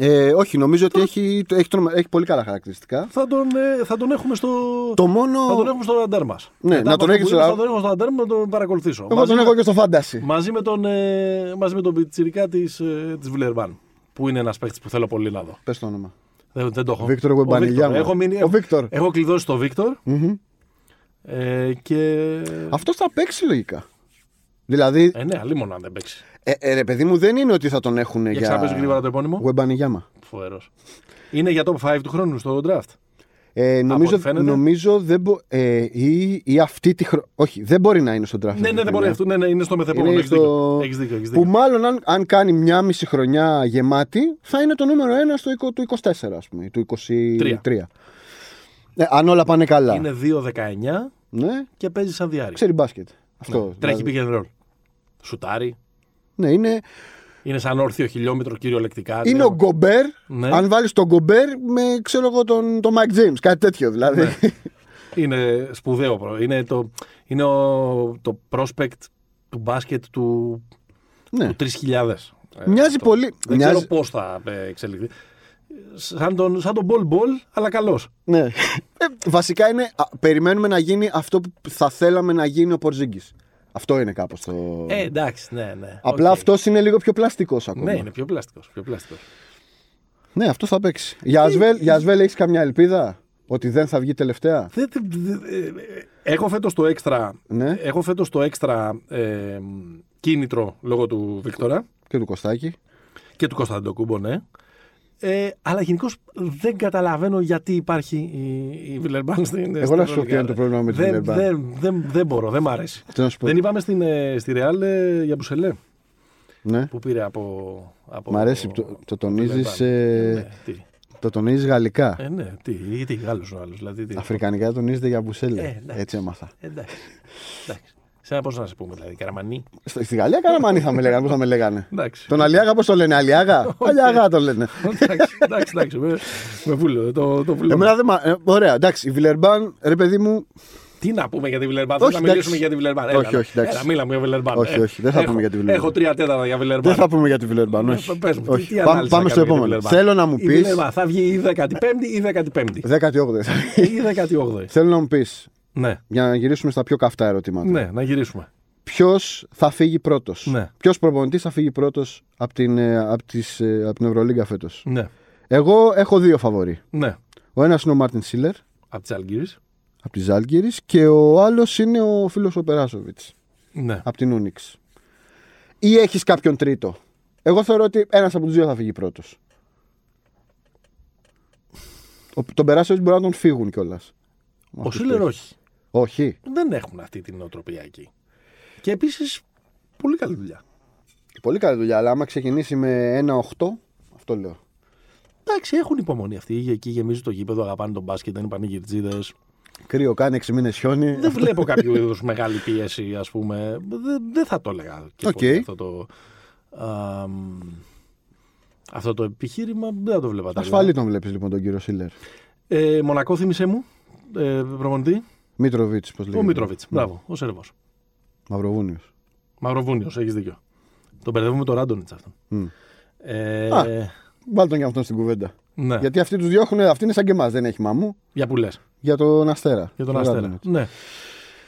Ε, όχι, νομίζω ότι έχει, το- έχει, τρομα- έχει πολύ καλά χαρακτηριστικά. Θα τον, ε, θα τον έχουμε στο. Το μόνο. Θα τον έχουμε στο ραντάρ μας. Ναι, να τον έχεις στο στο- ραντάρ. Θα τον έχω στο ραντάρ μου να τον παρακολουθήσω. Εγώ τον με- έχω και στο φάνταση. μαζί με τον, ε, μαζί με τον πιτσιρικά της ε, της Βιλερμπάν. Που είναι ένας παίχτη που θέλω πολύ να δω. Πες το όνομα. Δεν, δεν το έχω. Βίκτορ Ο Γουεμπανιλιά Βίκτορ. μου. Έχω, μείνει, Ο Βίκτορ. έχω κλειδώσει το Βίκτορ. Μμμ. Ε, και. Αυτός θα παίξει λογικά. Δηλαδή, Ε, ναι, αλλήμον αν δεν παίξει. ε, ε, ρε παιδί μου, δεν είναι ότι θα τον έχουν Για ξαναπέζει γρήγορα για. το επώνυμο. Γουεμπανιγιάμα. Φοβερός. Είναι για top 5 του χρόνου στο draft. Ε, ό,τι νομίζω, φαίνεται. νομίζω δεν μπο... ε, ή, ή αυτή τη χρονιά. Όχι, δεν μπορεί να είναι στον draft. Ναι, ναι, δεν μπορεί αυτό. Ναι, ναι, είναι στο μεθεπόμενο. Είναι Έχεις στο- δίκιο. Έχεις δίκιο, έχεις Που δίκιο. μάλλον αν, αν κάνει μια μισή χρονιά γεμάτη, θα είναι το νούμερο ένα στο, εικο- του 24, ας πούμε, του 23. Ε, αν όλα πάνε καλά. Είναι 2-19 Ναι, και παίζει σαν διάρρη. ξέρει μπάσκετ. Αυτό. Ναι, Τρέχει δηλαδή. pick and roll. Σουτάρει. Ναι, είναι, Είναι σαν όρθιο χιλιόμετρο κυριολεκτικά. είναι ο Γκομπέρ. Ναι. Αν βάλεις τον Γκομπέρ με ξέρω εγώ τον, τον Mike James, κάτι τέτοιο δηλαδή. Είναι σπουδαίο. προ- Είναι το, είναι ο, το prospect του μπάσκετ του, Ναι. του 3000. Ε, Μοιάζει αυτό. πολύ. Δεν μοιάζει- ξέρω πώς θα ε, εξελιχθεί. Σαν τον, σαν τον Ball Ball, αλλά καλός. Ναι. Ε, βασικά είναι. α, περιμένουμε να γίνει αυτό που θα θέλαμε να γίνει ο Πορζίγκη. Αυτό είναι κάπως το. Ε, εντάξει, ναι, ναι. Απλά Οκ. αυτός είναι λίγο πιο πλαστικός ακόμα. Ναι, είναι πιο πλαστικός. Πιο πλαστικός. Ναι, αυτό θα παίξει. Για Ασβέλ, για Ασβέλ έχεις καμιά ελπίδα ότι δεν θα βγει τελευταία. Δεν- δεν- δεν- ε, Έχω φέτος το έξτρα, Ναι. έχω φέτος το έξτρα ε, κίνητρο λόγω του Βίκτορα Και του Κωστάκη. και του Κωνσταντοκούμπο, ναι. Ε, αλλά γενικώς δεν καταλαβαίνω γιατί υπάρχει η, η Βιλερμπάν στην. Εγώ να στην σου πω ποιο είναι το πρόβλημα με τη Δεν- Βιλερμπάν. Δεν, δεν, δεν μπορώ, δεν μ' αρέσει. Τι να σου πω. Δεν είπαμε στην, ε, στη Ρεάλ ε, για Μπουσελέ Ναι. που πήρε από. από Μ' αρέσει που το, ε, το τονίζεις. Βιλερμπάν. ναι, τι. το τονίζεις γαλλικά. Ε, ναι, τι. Γιατί Γάλλος ο άλλος, Δηλαδή, τι. Αφρικανικά τονίζεται για μπουσέλε. Ε, ναι. Έτσι έμαθα. Εντάξει. Εντάξει. Σε ένα πώς να σε πούμε, δηλαδή, Καραμανί. Στη στη Γαλλία καραμάνι θα με λέγανε. Πώς θα με λέγανε. Εντάξει. Τον Αλιάγα πώς το λένε. Αλιάγα. Αλιάγα το λένε. εντάξει, εντάξει, εντάξει. Με, με βούλο, το, το βούλο. Εμένα δεν μ' α- ε, Ωραία, εντάξει. Η Βιλερμπάν, ρε παιδί μου, Τι να πούμε για τη Βιλερμπάν, δεν θα εντάξει. μιλήσουμε για τη Βιλερμπάν. Όχι, Έλα, όχι, εντάξει. Έλα, μίλα μου για Βιλερμπάν. Όχι, Ε, όχι, δεν θα έχω- πούμε για τη Βιλερμπάν. Έχω τρία τέταρτα για Δεν Βιλερμπάν. Ε, θα πούμε για τη Βιλερμπάν, όχι. Ναι, Πες μου, τι- όχι. τι Πάμε- ανάλυση πάμε θα στο κάνουμε για τη επόμενο. Βιλερμπάν. Θέλω να μου Η πεις- Βιλερμπάν θα βγει η 15η ή 15η. 18. Ή 18η. Θέλω να μου πεις, Ναι, για να γυρίσουμε στα πιο καυτά ερωτήματα. ναι, να γυρίσουμε. Ποιος θα φύγει πρώτος, Ναι. Ποιος προπονητής θα φύγει πρώτος από την, ε, απ' τις, ε, απ την Ευρωλίγκα φέτος. Ναι, Εγώ έχω δύο φαβορί. ναι. Ο ένας είναι ο Μάρτιν Σίλερ Από τις Αλγύρε. από τη Ζάλγκηρη και ο άλλος είναι ο φίλος ο Περάσοβιτ Ναι. από την Ούνιξ. Ή έχεις κάποιον τρίτο. Εγώ θεωρώ ότι ένας από τους δύο θα φύγει πρώτος. Τον Περάσοβιτ μπορεί να τον φύγουν κιόλας. Ο Σίλερ όχι. Όχι. Δεν έχουν αυτή την νοοτροπία εκεί. Και επίσης πολύ καλή δουλειά. Πολύ καλή δουλειά, αλλά άμα ξεκινήσει με ένα 8, αυτό λέω. Εντάξει, έχουν υπομονή αυτοί. Εκεί γεμίζει το γήπεδο, αγαπάνε τον μπάσκετ, δεν είναι πανηγυρτζίδες. Κρύο κάνει 6 μήνες χιόνι. Δεν βλέπω κάποιο είδους μεγάλη πίεση, ας πούμε. Δεν, δεν θα το έλεγα. και Οκ. πολύ αυτό το. α, μ, αυτό το επιχείρημα δεν θα το βλέπα. τέλεια. Ασφαλή τον βλέπεις λοιπόν τον κύριο Σίλερ. Ε, Μονακό, θύμισε μου. Ε, προπονητή. Μήτροβιτ, πώ λέγεται. Ο Μίτροβιτ. Μπράβο, ο Σέρβος. Μαυροβούνιος. Μαυροβούνιος, έχεις δίκιο. Τον μπερδεύουμε με τον Ράντονιτ αυτόν. Μμ. Ε, Α. Βάλτε τον και αυτόν στην κουβέντα. ναι. Για, Γιατί αυτοί τους διώχνουν, αυτοί είναι σαν και εμάς, δεν έχει μαμού. που λες. Για τον Αστέρα. Για τον Αστέρα. Ναι.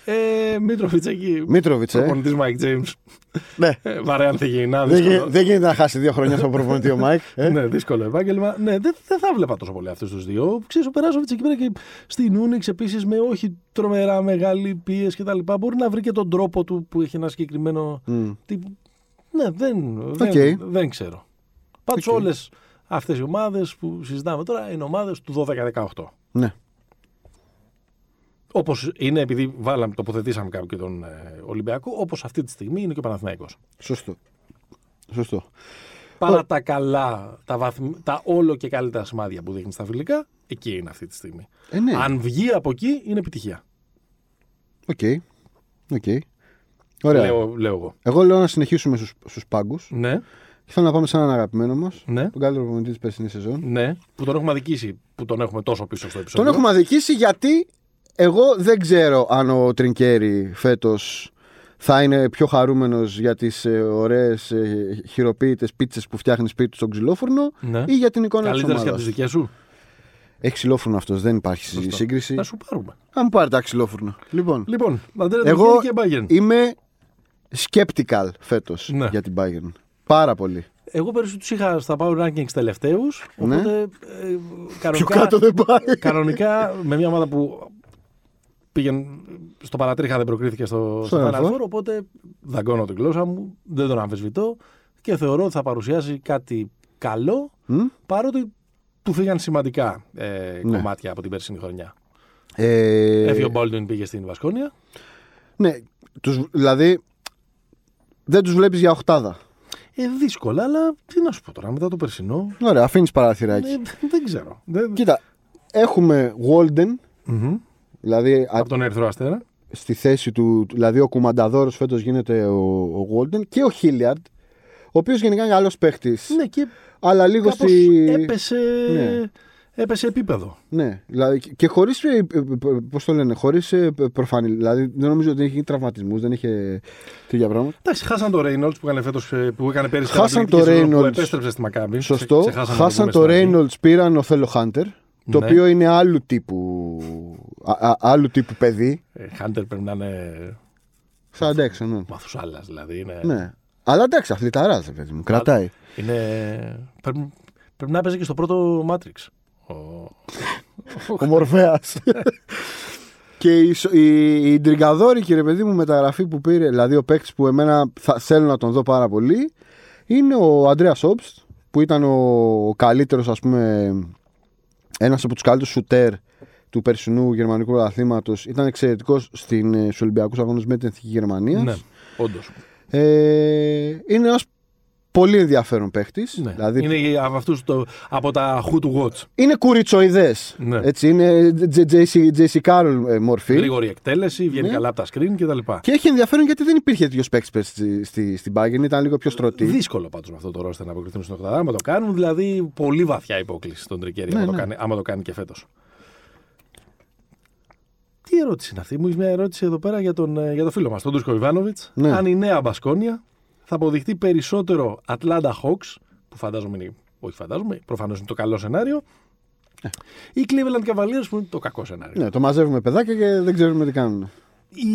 Ε, Μίτροβιτ εκεί. Μήτροβιτ, ε. Προπονητή Μάικ Τζέιμ. ναι. Βαρέαν θηγεινά. δεν, γι- δύσκολο. δεν γίνεται να χάσει δύο χρόνια στον προπονητή ο Μάικ. Ε. Ναι, δύσκολο επάγγελμα. Ναι, δεν, δεν θα βλέπα τόσο πολύ αυτούς τους δύο. Ξέρεις, ο Περάσοβιτ εκεί πέρα και στην Ούνιξ επίσης με όχι τρομερά μεγάλη πίεση κτλ. Μπορεί να βρει και τον τρόπο του που έχει ένα συγκεκριμένο. τύπο. Ναι, δεν, δεν, Οκ. δεν ξέρω. Πάντως Οκ. όλες αυτές οι ομάδες που συζητάμε τώρα είναι ομάδες του 12-18. ναι. Όπως είναι, επειδή βάλαμε, τοποθετήσαμε κάποιο και τον ε, Ολυμπιακό, όπως αυτή τη στιγμή είναι και ο Παναθηναϊκός. Σωστό. Σωστό. Παρά τα καλά, τα, βαθμ- τα όλο και καλύτερα σημάδια που δείχνει στα φιλικά, εκεί είναι αυτή τη στιγμή. Ε, ναι. Αν βγει από εκεί, είναι επιτυχία. Οκ. Οκ. Ωραία. Λέω, λέω εγώ. Εγώ λέω να συνεχίσουμε στους πάγκους. Ναι, Θέλω να πάμε σε έναν αγαπημένο μας. ναι, Τον καλύτερο προπονητή της περσινής σεζόν. ναι. Που τον έχουμε αδικήσει, που τον έχουμε τόσο πίσω στο επεισόδιο. Τον έχουμε αδικήσει γιατί εγώ δεν ξέρω αν ο Τρινκέρι φέτος θα είναι πιο χαρούμενος για τις ε, ωραίες ε, χειροποίητες πίτσες που φτιάχνει σπίτι του στον ξυλόφουρνο Ναι. ή για την εικόνα της Καλύτερες και από ομάδα. τις δικές σου. Έχει ξυλόφουρνο αυτός, δεν υπάρχει σύγκριση. Να σου πάρουμε. Αν μου πάρετε ένα ξυλόφουρνο. Λοιπόν, Λοιπόν, Αντρέα εγώ Εγώ... και Μπάγκερν. είμαι skeptical φέτος Ναι. για την Bayern. Πάρα πολύ. Εγώ πέρυσι τους είχα στα power rankings τελευταίους. Ναι. Οπότε ε, Πιο κανονικά, κάτω δεν πάει. κανονικά με μια ομάδα που πήγαινε στο παρατρίχα δεν προκρίθηκε στο, στο Final Final Four. Four, Οπότε δαγκώνω την γλώσσα μου, δεν τον αμφισβητώ και θεωρώ ότι θα παρουσιάσει κάτι καλό Μμ. παρότι του φύγαν σημαντικά ε, Ναι. κομμάτια από την περσινή χρονιά. Ε, Έφυγε ο Μπόλτιν πήγε στην Βασκόνια. ναι, τους, δηλαδή δεν τους βλέπεις για οχτάδα. Ε, δύσκολα, αλλά τι να σου πω τώρα, μετά το περσινό. Ωραία, αφήνεις παραθυράκι. ε, δεν ξέρω. Δεν... Κοίτα, έχουμε Walden, Μμμ. δηλαδή α- Από τον Ερυθρό Αστέρα. στη θέση του, δηλαδή ο κουμανταδόρος φέτος γίνεται ο, ο Walden και ο Hilliard, ο οποίος γενικά είναι άλλος παίχτης, Ναι, και αλλά λίγο κάπως στη... έπεσε, Ναι. έπεσε επίπεδο. Ναι, δηλαδή και- και χωρίς, ε, ε, ε, πώς το λένε, χωρίς ε, ε, προφανή, δηλαδή δεν νομίζω ότι είχε τραυματισμούς, δεν είχε τέτοια πράγματα. Εντάξει, χάσαν το Reynolds που έκανε, φέτος, ε, που έκανε πέρυσι. Χάσαν την αθλητική το σεζόν Που Reynolds. επέστρεψε στη Μακάμπη. Σωστό, Ε, Ξε- χάσαν, ξεχάσαμε να πούμε το στην αρχή. Reynolds, πήραν ο Θέλω Hunter, το Ναι. οποίο είναι άλλου τύπου, α- α- άλλου τύπου παιδί, Ε, Χάντερ πρέπει να είναι 46 ναι. μαθουσάλας, δηλαδή. Είναι, Ναι. Αλλά εντάξει, αθληταράς, ρε παιδί μου, κρατάει. είναι, πρέπει, πρέπει να παίζει και στο πρώτο Matrix. Ο, Ο Μορφέας. και η, σο- η, η Ντριγκαδόρικη, ρε παιδί μου, μεταγραφή που πήρε, δηλαδή ο παίκτης που εμένα θα θέλω να τον δω πάρα πολύ, είναι ο Αντρέα Όμπστ, που ήταν ο, ο καλύτερος, ας πούμε, ένας από τους καλύτερους σουτέρ του περσινού γερμανικού πρωταθλήματο. Ήταν ε, εξαιρετικό στους Ολυμπιακούς Αγώνες με την Εθνική Γερμανίας. ναι, όντως. Ε, είναι ένας πολύ ενδιαφέρον παίκτη. Ναι. Δηλαδή είναι για- από, αυτούς το, από τα Who to Watch. είναι κουριτσοειδές. Ναι. Έτσι, είναι JC Carroll ε, μορφή. Γρήγορη εκτέλεση, βγαίνει Ναι. καλά από τα screen κτλ. Και έχει ενδιαφέρον γιατί δεν υπήρχε τέτοιος παίκτης πέρσι στη, στη, στην Bayern, ήταν λίγο πιο στρωτή. Δύσκολο πάντως με αυτό το ρόστερ να αποκριθούν στην Οκτάδα. Άμα το κάνουν, δηλαδή πολύ βαθιά υπόκληση στον Τρικέρι, άμα, το κάνει, άμα το κάνει και φέτος. Τι Τι ερώτηση είναι αυτή. Μου έχεις μια ερώτηση εδώ πέρα για τον, ε, για τον φίλο μας, τον Τούσκο Ιβάνοβιτ. Ναι. Αν η νέα Μπασκόνια θα αποδειχτεί περισσότερο Atlanta Hawks, που φαντάζομαι είναι. Όχι, φαντάζομαι, προφανώς είναι το καλό σενάριο. Ή Cleveland Cavaliers που είναι το κακό σενάριο. Ναι, το μαζεύουμε παιδάκια και δεν ξέρουμε τι κάνουν. Η...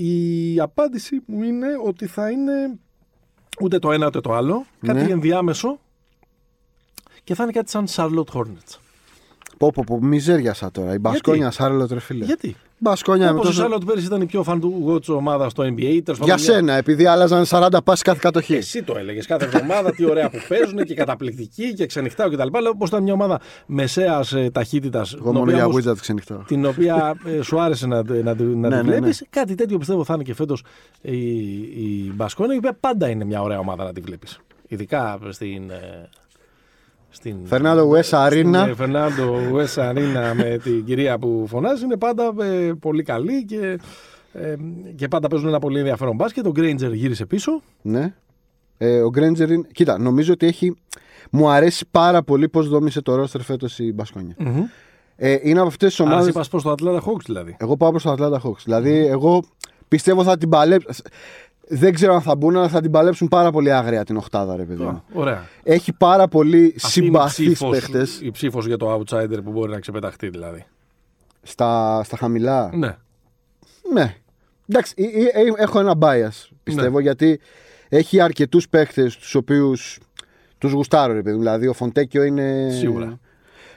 η απάντηση μου είναι ότι θα είναι ούτε το ένα ούτε το άλλο, κάτι Ναι. ενδιάμεσο και θα είναι κάτι σαν Charlotte Hornets. Πω, πω, πω, μιζέριασα τώρα. Η Μπασκόνια Σάρλοτ, ρε φίλε. Γιατί? Μπασκόνια Ναι. με Όπως η τόσο... Charlotte πέρυσι ήταν η πιο fan του watch ομάδας στο NBA. τέλος Για πάντων, σένα, επειδή άλλαζαν 40 πάσει κάθε κατοχή. Εσύ το έλεγες κάθε εβδομάδα, τι ωραία που παίζουν και καταπληκτική και ξενυχτάω κτλ. Αλλά όπω ήταν μια ομάδα ε, μεσαία ταχύτητας. Εγώ μόνο για Wizards ξενυχτάω. την οποία ε, σου άρεσε να, να, τη- να Ναι, τη ναι, βλέπεις. Κάτι τέτοιο πιστεύω θα είναι και φέτος η, η Μπασκόνια, η οποία πάντα είναι μια ωραία ομάδα να τη βλέπεις. Ειδικά στην. ε, στην Ναι, Φερνάντο Wes Arena. Φερνάντο Αρένα με την κυρία που φωνάζει είναι πάντα ε, πολύ καλή και, ε, και πάντα παίζουν ένα πολύ ενδιαφέρον μπάσκετ. Ο Γκρέιντζερ γύρισε πίσω. Ναι. Ε, ο Γκρέντζερ είναι. Κοίτα, νομίζω ότι έχει. Μου αρέσει πάρα πολύ πώς δόμησε το ρόστερ φέτος η μπασκονια Ε, είναι από αυτές τις Άρα ομάδες. είπα στο Ατλάντα Hawks δηλαδή. Εγώ πάω προς το Atlanta Hawks. Δηλαδή, Ναι. εγώ πιστεύω θα την παλέψουν. Δεν ξέρω αν θα μπουν, αλλά θα την παλέψουν πάρα πολύ άγρια την Οχτάδα, ρε παιδί μου. Ωραία. Έχει πάρα πολύ Αυτή είναι η συμπαθείς ψήφος- παίχτες Η ψήφος για το outsider που μπορεί να ξεπεταχτεί δηλαδή. στα, στα χαμηλά. Ναι. Ναι. Εντάξει, ε, ε, ε, έχω ένα bias Ναι. πιστεύω γιατί έχει αρκετούς παίχτες τους οποίους τους γουστάρω, ρε παιδί μου. Δηλαδή, ο Φοντέκιο είναι. Σίγουρα.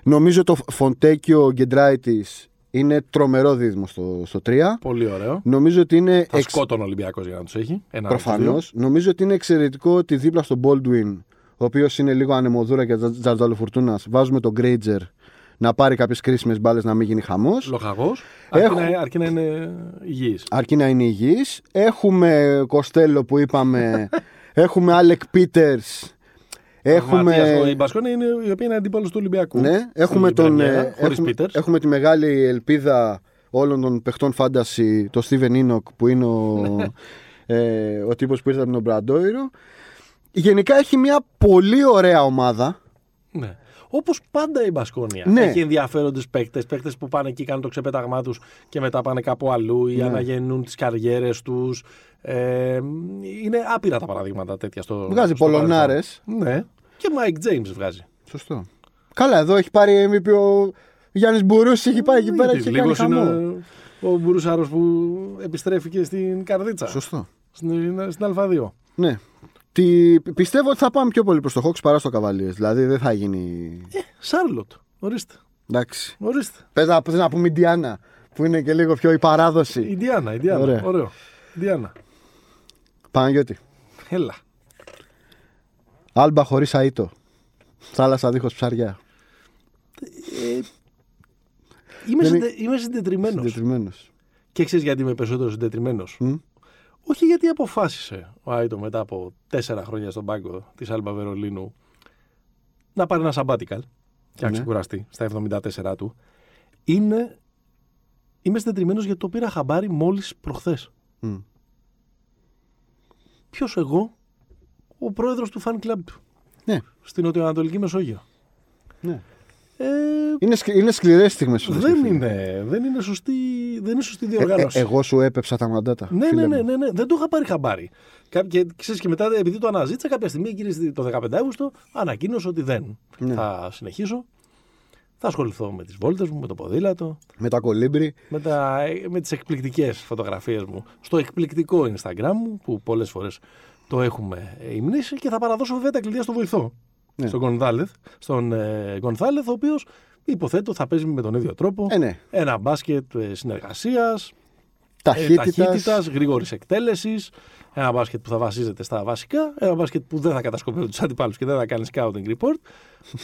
Νομίζω το Φοντέκιο Γκεντράιτης είναι τρομερό δίδυμο στο, στο 3. Πολύ ωραίο. Νομίζω ότι είναι. Θα εξ- σκότωνε ο Ολυμπιακός για να τους έχει. Ένα Προφανώ. από τους Νομίζω ότι είναι εξαιρετικό ότι δίπλα στον Baldwin, ο οποίος είναι λίγο ανεμοδούρα και τζα- τζαρτζαλοφουρτούνα, βάζουμε τον Granger να πάρει κάποιες κρίσιμες μπάλες να μην γίνει χαμός. δύο. Λοχαγό. Έχω- Αρκεί, να- αρκεί να είναι υγιής. Αρκεί να είναι υγιής. Έχουμε Κοστέλο που είπαμε. Έχουμε Άλεκ Πίτερ. Η Έχουμε. Μπασκόνη είναι η οποία είναι αντίπαλος του Ολυμπιακού. Ναι, έχουμε, Στην τον, πρεμιέρα, ε, χωρίς έχουμε, Peters. έχουμε τη μεγάλη ελπίδα όλων των παιχτών φάνταση, το Steven Enoch που είναι ο, ε, ο τύπος που ήρθε από τον Μπραντόιρο. Γενικά έχει μια πολύ ωραία ομάδα. Ναι. Όπως πάντα η Μπασκόνια. Ναι. Έχει ενδιαφέροντες παίκτες. Παίκτες που πάνε εκεί, κάνουν το ξεπέταγμά τους και μετά πάνε κάπου αλλού Ναι. ή αναγεννούν τις καριέρες τους. Ε, είναι άπειρα τα παραδείγματα τέτοια στο. Βγάζει στο πολλονάρες. παρελθόν. Ναι. Και Mike James βγάζει. Σωστό. Καλά, εδώ έχει πάρει MVP ο Γιάννης Μπουρούς, έχει πάει εκεί πέρα και έχει κάνει Ε, Λίγος είναι χαμό. ο, ο Μπουρούσαρο που επιστρέφει και στην καρδίτσα. Σωστό. Στην, στην Α2. Ναι. Τι, πιστεύω ότι θα πάμε πιο πολύ προς το Hawks παρά στο Cavaliers. Δηλαδή δεν θα γίνει... Σάρλοτ. Ορίστε. Εντάξει. Ορίστε. Πες να, πες να πούμε Ιντιάνα, που είναι και λίγο πιο η παράδοση. Ιντιάνα, Ιντιάνα. Ωραία. Ωραίο. Ιντιάνα. Ε, Παναγιώτη. Έλα. Άλμπα χωρίς αίτο. Θάλασσα δίχως ψαριά. Ε, Είμαι, Δεν συντε, είμαι συντετριμένος. Συντετριμένος. Και ξέρεις γιατί είμαι περισσότερο συντετριμένος. Μμ. Όχι γιατί αποφάσισε ο Άιτο μετά από τέσσερα χρόνια στον πάγκο της Άλμπα Βερολίνου να πάρει ένα sabbatical και να Ναι. ξεκουραστεί στα 74 του. Είναι. Είμαι συντετριμένος γιατί το πήρα χαμπάρι μόλις προχθές. Μμ. Ποιος εγώ, ο πρόεδρος του fan club του Ναι. στην Νοτιοανατολική Μεσόγειο. ναι. Ε, Είναι, σκλη, είναι σκληρές στιγμές Δεν είναι, δεν είναι σωστή, δεν είναι σωστή διοργάνωση. Ε, εγώ σου έπεψα τα μαντάτα. ναι, φίλε ναι, μου. ναι, ναι, ναι, δεν το είχα πάρει χαμπάρι. Κα- Και, ξέρεις, και μετά, επειδή το αναζήτησα, κάποια στιγμή, γύρω το 15 Αύγουστο, ανακοίνωσα ότι δεν Ναι. θα συνεχίσω. Θα ασχοληθώ με τις βόλτες μου, με το ποδήλατο, Με τα κολύμπρι. με, τα, με τις εκπληκτικές φωτογραφίες μου στο εκπληκτικό Instagram μου, που πολλές φορές το έχουμε υμνήσει και θα παραδώσω βέβαια τα κλειδιά στο βοηθό, Ναι. στον, Γκονθάλεθ, στον ε, Γκονθάλεθ, ο οποίος υποθέτω θα παίζει με τον ίδιο τρόπο Ε, ναι. ένα μπάσκετ ε, συνεργασίας, ταχύτητας, Ταχύτητας. γρήγορης εκτέλεσης. Ένα μπάσκετ που θα βασίζεται στα βασικά. Ένα μπάσκετ που δεν θα κατασκοπεύει τους αντιπάλους και δεν θα κάνει scouting report.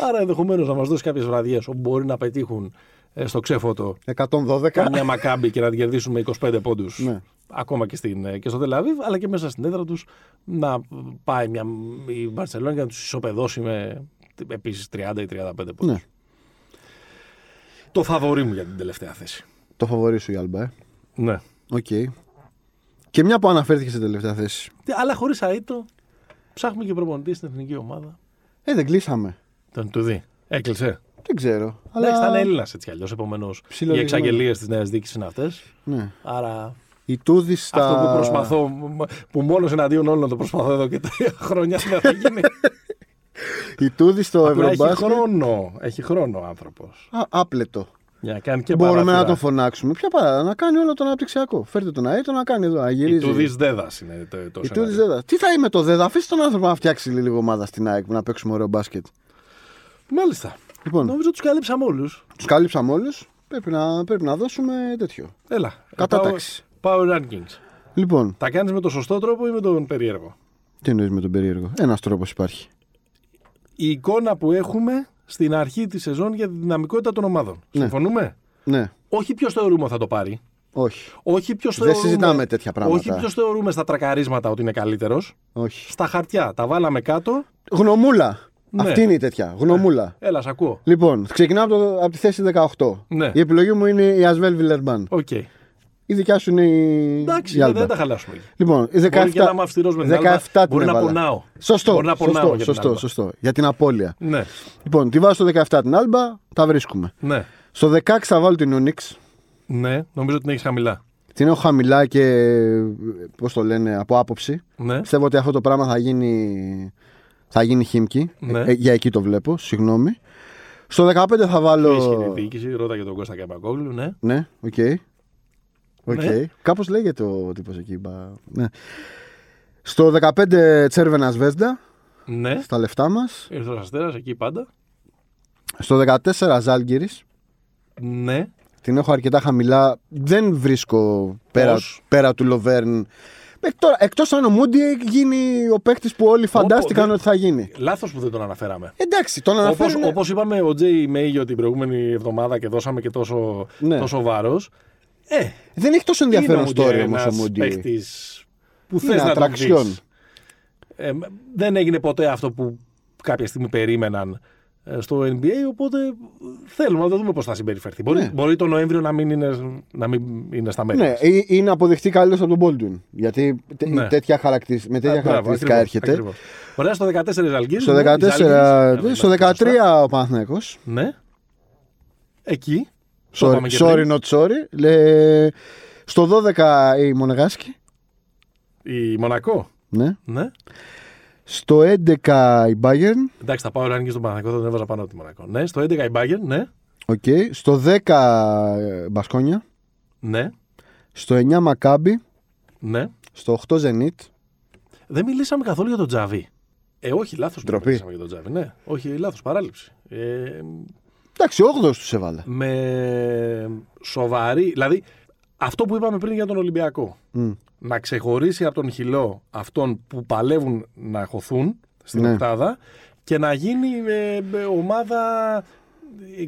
Άρα ενδεχομένως να μας δώσει κάποιες βραδιές όπου μπορεί να πετύχουν ε, στο ξέφωτο 112. καμιά μακάμπη και να την κερδίσουμε 25 πόντους. Ναι. Ακόμα και, στην, ε, και στο Τελαβίβ, αλλά και μέσα στην έδρα τους να πάει μια, η Μπαρσελόνια να τους ισοπεδώσει με επίσης 30 ή 35 πόντους. Ναι. Το φαβορή μου για την τελευταία θέση. Το φοβορή σου η Άλμπα. ε. Ναι. Οκ. Και μια που αναφέρθηκε σε τελευταία θέση. Τι- Αλλά χωρίς αίτο, ψάχνουμε και προπονητή στην εθνική ομάδα. Ε, δεν κλείσαμε. Τον του δει. Έκλεισε. Δεν ξέρω. Αλλά... Εντάξει, Αλλά... θα είναι Έλληνας έτσι κι αλλιώς. Επομένως, οι Ψιλολογισμένο. εξαγγελίες της νέας διοίκηση είναι αυτές. Ναι. Άρα Η Τούδης στα... αυτό που προσπαθώ, που μόνος εναντίον όλων το προσπαθώ εδώ και τρία χρόνια δεν θα γίνει. Ε, Η Τούδης στο Απλά έχει Ευρωμπάσκετ. χρόνο. Έχει χρόνο ο άνθρωπος. Α, άπλετο. Για να κάνει και Μπορούμε παράθυρα. να τον φωνάξουμε. Ποια παρά, να κάνει όλο τον αναπτυξιακό. Φέρτε τον αίτο να κάνει εδώ. να Η γυρίζει. Τούδης Δέδας είναι το, το Η σενάριο. Τούδης Δέδας. Τι θα είμαι το Δέδα. Αφήστε τον άνθρωπο να φτιάξει λίγο ομάδα στην ΑΕΚ να παίξουμε ωραίο μπάσκετ. Μάλιστα. Λοιπόν, Νομίζω τους καλύψαμε όλους. τους κάλυψαμε όλους. Πρέπει να, πρέπει να δώσουμε τέτοιο. Έλα. Κατάταξη. Power rankings. Λοιπόν, Τα κάνεις με τον σωστό τρόπο ή με τον περίεργο. τι εννοείς με τον περίεργο. Ένας τρόπος υπάρχει. Η εικόνα που έχουμε στην αρχή της σεζόν για τη δυναμικότητα των ομάδων. Συμφωνούμε. Ναι, Όχι ποιος θεωρούμε θα το πάρει. όχι. Όχι ποιος Δεν θεωρούμε. συζητάμε τέτοια Όχι πράγματα. ποιος θεωρούμε στα τρακαρίσματα ότι είναι καλύτερος. Όχι. Στα χαρτιά. Τα βάλαμε κάτω. Γνωμούλα. Ναι. Αυτή είναι η τέτοια. Γνωμούλα. Έλα, σ' ακούω. Λοιπόν, ξεκινάω από, το- από τη θέση 18. Ναι. Η επιλογή μου είναι η Ασβέλ Βιλερμπάν. Οκ. Η δικιά σου είναι η. Εντάξει, η δεν, Άλμπα. δεν τα χαλάσουμε. εκεί. Λοιπόν, η 17. Μπορεί και να είμαι αυστηρός με την 17 Άλμπα. την Μπορεί να έβαλα. πονάω. Σωστό. Μπορεί να πονάω σωστό, για την σωστό, Άλμπα. σωστό. Για την απώλεια. Ναι, Λοιπόν, τη βάζω στο 17 την Άλμπα, τα βρίσκουμε. ναι, Στο 16 θα βάλω την Ούνιξ. ναι. Νομίζω ότι την έχεις χαμηλά. Την έχω χαμηλά και. Πώς το λένε, από άποψη. Ναι. Πιστεύω ότι αυτό το πράγμα θα γίνει. Θα γίνει χίμκι. Ναι. Ε, για εκεί το βλέπω, συγγνώμη. Στο 15 θα Έχει και βάλω. τη διοίκηση, ρώτα για τον Κώστα Καπακόγλου, ναι. Ναι, οκ. Οκ. Ναι. Κάπως λέγεται ο τύπος εκεί. μπα. Ναι. Στο 15 Τσέρβενα Βέσντα, Ναι, στα λεφτά μας. ήρθε ο Αστέρας εκεί πάντα. Στο 14 Ζάλγκυρης. Ναι, Την έχω αρκετά χαμηλά. Δεν βρίσκω πέρα, Πώς? πέρα του Λοβέρν. Εκτό εκτός αν ο Μούντι γίνει ο παίκτης που όλοι φαντάστηκαν δεν- ότι θα γίνει. λάθος που δεν τον αναφέραμε. Εντάξει, τον Όπως, αναφέρουν. όπως είπαμε ο Τζέι Μέγιο την προηγούμενη εβδομάδα και δώσαμε και τόσο, Ναι. τόσο βάρος. Ε, Δεν έχει τόσο ενδιαφέρον story όμω ο Μούντι. παίχτης που Είναι θες να τον attraction. δεις. Ε, μ, δεν έγινε ποτέ αυτό που κάποια στιγμή περίμεναν ε, στο NBA, οπότε θέλουμε να το δούμε πώς θα συμπεριφερθεί. Μπορεί, μπορεί το Νοέμβριο να μην είναι, να μην είναι στα μέρη. Ναι, μας. ε, είναι αποδεκτή καλύτερο από τον Baldwin. Γιατί τε- Ναι. τέτοια χαρακτηρισ- με τέτοια Α, μπράβο, χαρακτηριστικά ακριβώς, έρχεται. ακριβώς. Ωραία, στο 14 Ζαλγκύρης. Στο ναι, 14, Ζαλγκύρης, στο ε, 13 ο Παναθηναϊκός. Ναι. Εκεί. το Sorry, είπαμε και sorry πριν. not sorry. Λε- στο 12 η Μονεγάσκη. Η Μονακό. Ναι. Ναι. Στο 11 η Bayern. Εντάξει, θα πάω ράνγκη στον Παναγικό, δεν έβαζα πάνω από τη Μονακό. Ναι, στο 11 η Μπάγκερ, ναι. Οκ. Στο 10 ε, Μπασκόνια. Ναι, Στο 9 Μακάμπι. ναι. Στο 8 Ζενίτ. Δεν μιλήσαμε καθόλου για τον Τζαβί. Ε, όχι, λάθος που Ντροπή. μιλήσαμε για τον Τζαβί. Ναι, όχι, λάθος, παράληψη. Ε, Εντάξει, 8 του έβαλα. με σοβαρή. Δηλαδή, αυτό που είπαμε πριν για τον Ολυμπιακό. Μμ. Να ξεχωρίσει από τον χυλό αυτών που παλεύουν να χωθούν στην Ναι. οκτάδα και να γίνει ε, ε, ομάδα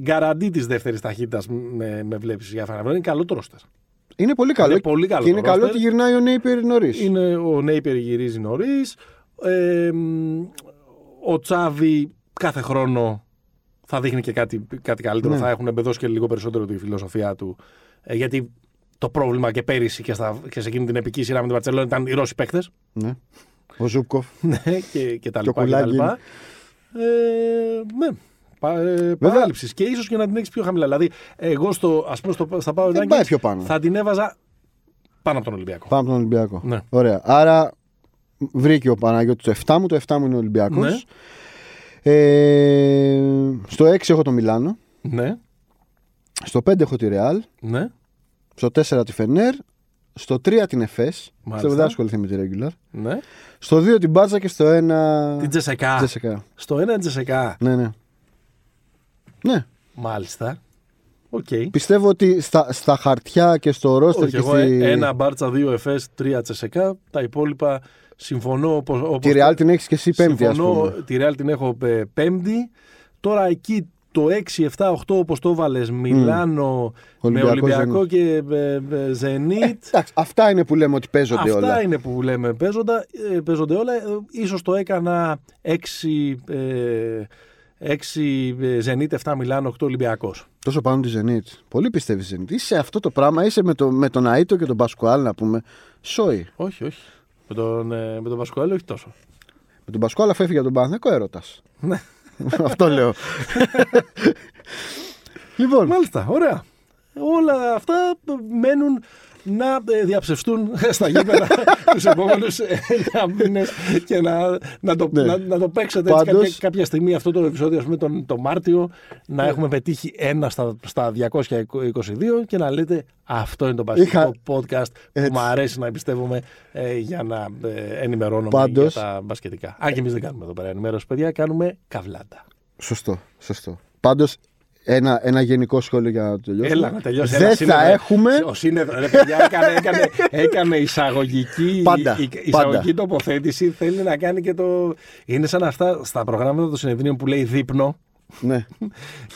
γκαραντή της δεύτερης ταχύτητας με, με βλέπεις για φαναβρό. Είναι καλό το roster. Είναι πολύ καλό. Είναι πολύ καλό Και είναι το καλό roster. ότι γυρνάει ο Νέιπερ νωρίς. Είναι ο Νέιπερ γυρίζει νωρίς. Ε, μ, ο Τσάβη κάθε χρόνο θα δείχνει και κάτι, κάτι καλύτερο. Ναι. Θα έχουν εμπεδώσει και λίγο περισσότερο τη φιλοσοφία του. Ε, γιατί το πρόβλημα και πέρυσι και, στα, και σε εκείνη την επική σειρά με την Παρσελόνη ήταν οι Ρώσοι παίκτες. Ναι. Ο Ζούκοφ. Ναι, και, και τα Και λοιπά. Και τα ο Κουλάγκιν. λοιπά. Ε, ναι. Πα, ε, παράληψης. Και ίσως και να την έχεις πιο χαμηλά. Δηλαδή, εγώ στο, ας πούμε, στο, στα Power Δεν Rankings Ε, πάει πιο πάνω. θα την έβαζα πάνω από τον Ολυμπιακό. Πάμε από τον Ολυμπιακό. Ναι. Ωραία. Άρα βρήκε ο Παναγιώτης το 7 μου, το 7 μου είναι ο Ολυμπιακός. Ναι. Ε, στο 6 έχω το Μιλάνο. Ναι, Στο 5 έχω τη Ρεάλ. ναι, Στο 4 τη Φενέρ. Στο 3 την Εφές. Μάλιστα. Στο δεν ασχοληθεί με τη Regular. ναι. Στο 2 την Μπάτσα και στο 1. Την Τζεσεκά. Τζεσικά. Στο ένα Τζεσεκά. Ναι, ναι. Ναι. Μάλιστα. Οκ. Πιστεύω ότι στα, στα χαρτιά και στο ρόστερ Όχι, και εγώ στη. ε, ένα μπάρτσα, δύο εφές, τρία τσεσεκά. Τα υπόλοιπα συμφωνώ όπως... όπως Τη Ρεάλ την έχεις και εσύ πέμπτη, ας πούμε. Συμφωνώ, τη Real την έχω ε, πέμπτη. Τώρα εκεί το 6, 7, 8 όπως το βάλες, Μιλάνο με Ολυμπιακός, Ολυμπιακό και ε, ε, Ζενίτ. Εντάξει, αυτά είναι που λέμε ότι παίζονται Αυτά όλα. είναι που λέμε παίζοντα, ε, παίζονται όλα. Ε, Ίσως το έκανα 6, ε, 6 Ζενίτ, 7 Μιλάνο, 8 Ολυμπιακός. Τόσο πάνω τη Zenit. Πολύ πιστεύεις Zenit. Είσαι αυτό το πράγμα, είσαι με, το, με τον Αίτο και τον Πασκουάλ να πούμε. Σόι. Όχι, όχι. Με τον, ε, με τον Πασκουέλο όχι τόσο. Με τον Πασκουάλ αφού έφυγε από τον Παναθηναϊκό έρωτας. Ναι. Αυτό λέω. λοιπόν, Μάλιστα, ωραία. Όλα αυτά μένουν να ε, διαψευστούν στα γήπεδα τους επόμενους μήνες και να, να, το, Ναι. να, να το παίξετε έτσι Πάντως- κάποια, κάποια στιγμή αυτό το επεισόδιο, ας πούμε, τον, το Μάρτιο, να έχουμε πετύχει ένα στα, στα 222 και να λέτε αυτό είναι το μπασκετικό podcast Έτσι. που μου αρέσει να εμπιστεύομαι ε, για να ε, ενημερώνομαι Πάντως- για τα μπασκετικά. Αν και εμείς δεν κάνουμε εδώ πέρα ενημέρωση, παιδιά, κάνουμε καβλάντα. σωστό, σωστό. Πάντως, ένα, ένα γενικό σχόλιο για να τελειώσουμε. Έλα, να τελειώσει. Δεν Έλα, θα σύννεφε. έχουμε... Ο σύννεφο, ρε παιδιά, έκανε, έκανε, έκανε εισαγωγική, Πάντα, η- η- πάντα. εισαγωγική τοποθέτηση. Θέλει να κάνει και το. Είναι σαν αυτά στα προγράμματα των συνεδρίων που λέει δείπνο Ναι.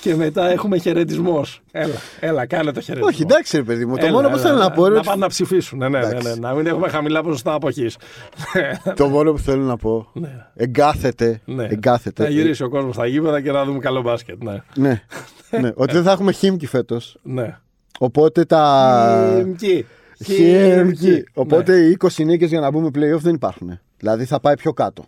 και μετά έχουμε χαιρετισμός. Έλα, έλα, κάνε το χαιρετισμό. Όχι, εντάξει ρε παιδί μου, το Έλα, μόνο που έλα, θέλω να πω είναι Να ότι- πάνε να ψηφίσουν. Ναι, ναι, ναι, ναι, Εντάξει. να μην έχουμε χαμηλά ποσοστά αποχής. Το μόνο που θέλω να πω. Ναι. Εγκάθεται. ναι. εγκάθεται. Να γυρίσει ο κόσμος στα γήπεδα και να δούμε καλό μπάσκετ. Ναι. Ναι. ναι. Ότι δεν θα έχουμε χίμκι φέτος. ναι. Οπότε τα. Χιμκι. Ναι. Χίμκι. Οπότε οι 20 νίκες για να μπούμε playoff δεν υπάρχουν. Δηλαδή θα πάει πιο κάτω.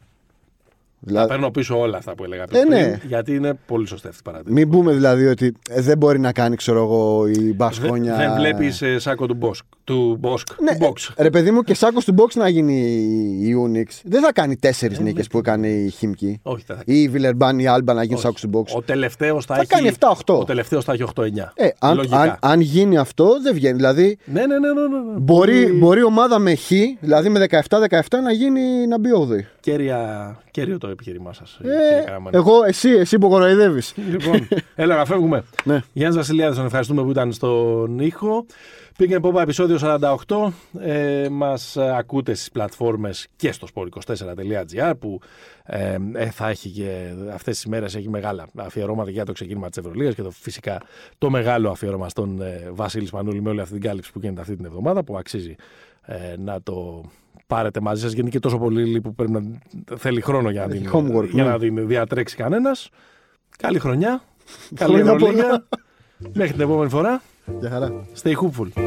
Θα Δηλαδή, παίρνω πίσω όλα αυτά που έλεγα πριν. ναι. Γιατί είναι πολύ σωστή αυτή η παρατήρηση. μην πούμε δηλαδή ότι ε, δεν μπορεί να κάνει, ξέρω εγώ, η Μπασκόνια. Δεν βλέπεις σάκο του Μπόσκ. Του Μπόσκ. Ναι, του Μπόξ. ρε παιδί μου, και σάκος του box να γίνει η Unix. Ε, Δεν θα κάνει τέσσερις νίκες που έκανε η Χίμκι. Όχι, δεν θα Ή η Βιλερμπάν ή η Άλμπα να γίνει σάκος του box. Ο τελευταίος θα, Θα έχει. κάνει 7-8. Ο τελευταίος θα έχει 8-9. Ε, αν, Λογικά. αν, αν γίνει αυτό, δεν βγαίνει. Δηλαδή, Ναι, ναι, ναι, ναι, ναι, ναι. Μπορεί, μπορεί ομάδα με χ, δηλαδή με 17-17, να γίνει να μπει όδη. Κέρια, κέριο το επιχείρημά σας. Ε, εγώ, εσύ, εσύ που κοροϊδεύεις. Λοιπόν, έλα να φεύγουμε. Ναι. Γιάννης Βασιλιάδης, τον ευχαριστούμε που ήταν στον ήχο. Πήγαινε πόπα επεισόδιο 48. Ε, Μας ακούτε στις πλατφόρμες και στο sport24.gr που ε, ε, θα έχει και αυτές τις μέρες έχει μεγάλα αφιερώματα για το ξεκίνημα της Ευρωλίγας και το, φυσικά το μεγάλο αφιερώμα στον ε, Βασίλης Σπανούλη με όλη αυτή την κάλυψη που γίνεται αυτή την εβδομάδα που αξίζει ε, να το πάρετε μαζί σας γιατί είναι και τόσο πολύ που πρέπει να θέλει χρόνο για να, την, homework, για ναι. να την διατρέξει κανένας Καλή χρονιά. Καλή Χρόνια Ευρωλίγα. Μέχρι την επόμενη φορά. Για χαρά. Stay hopeful.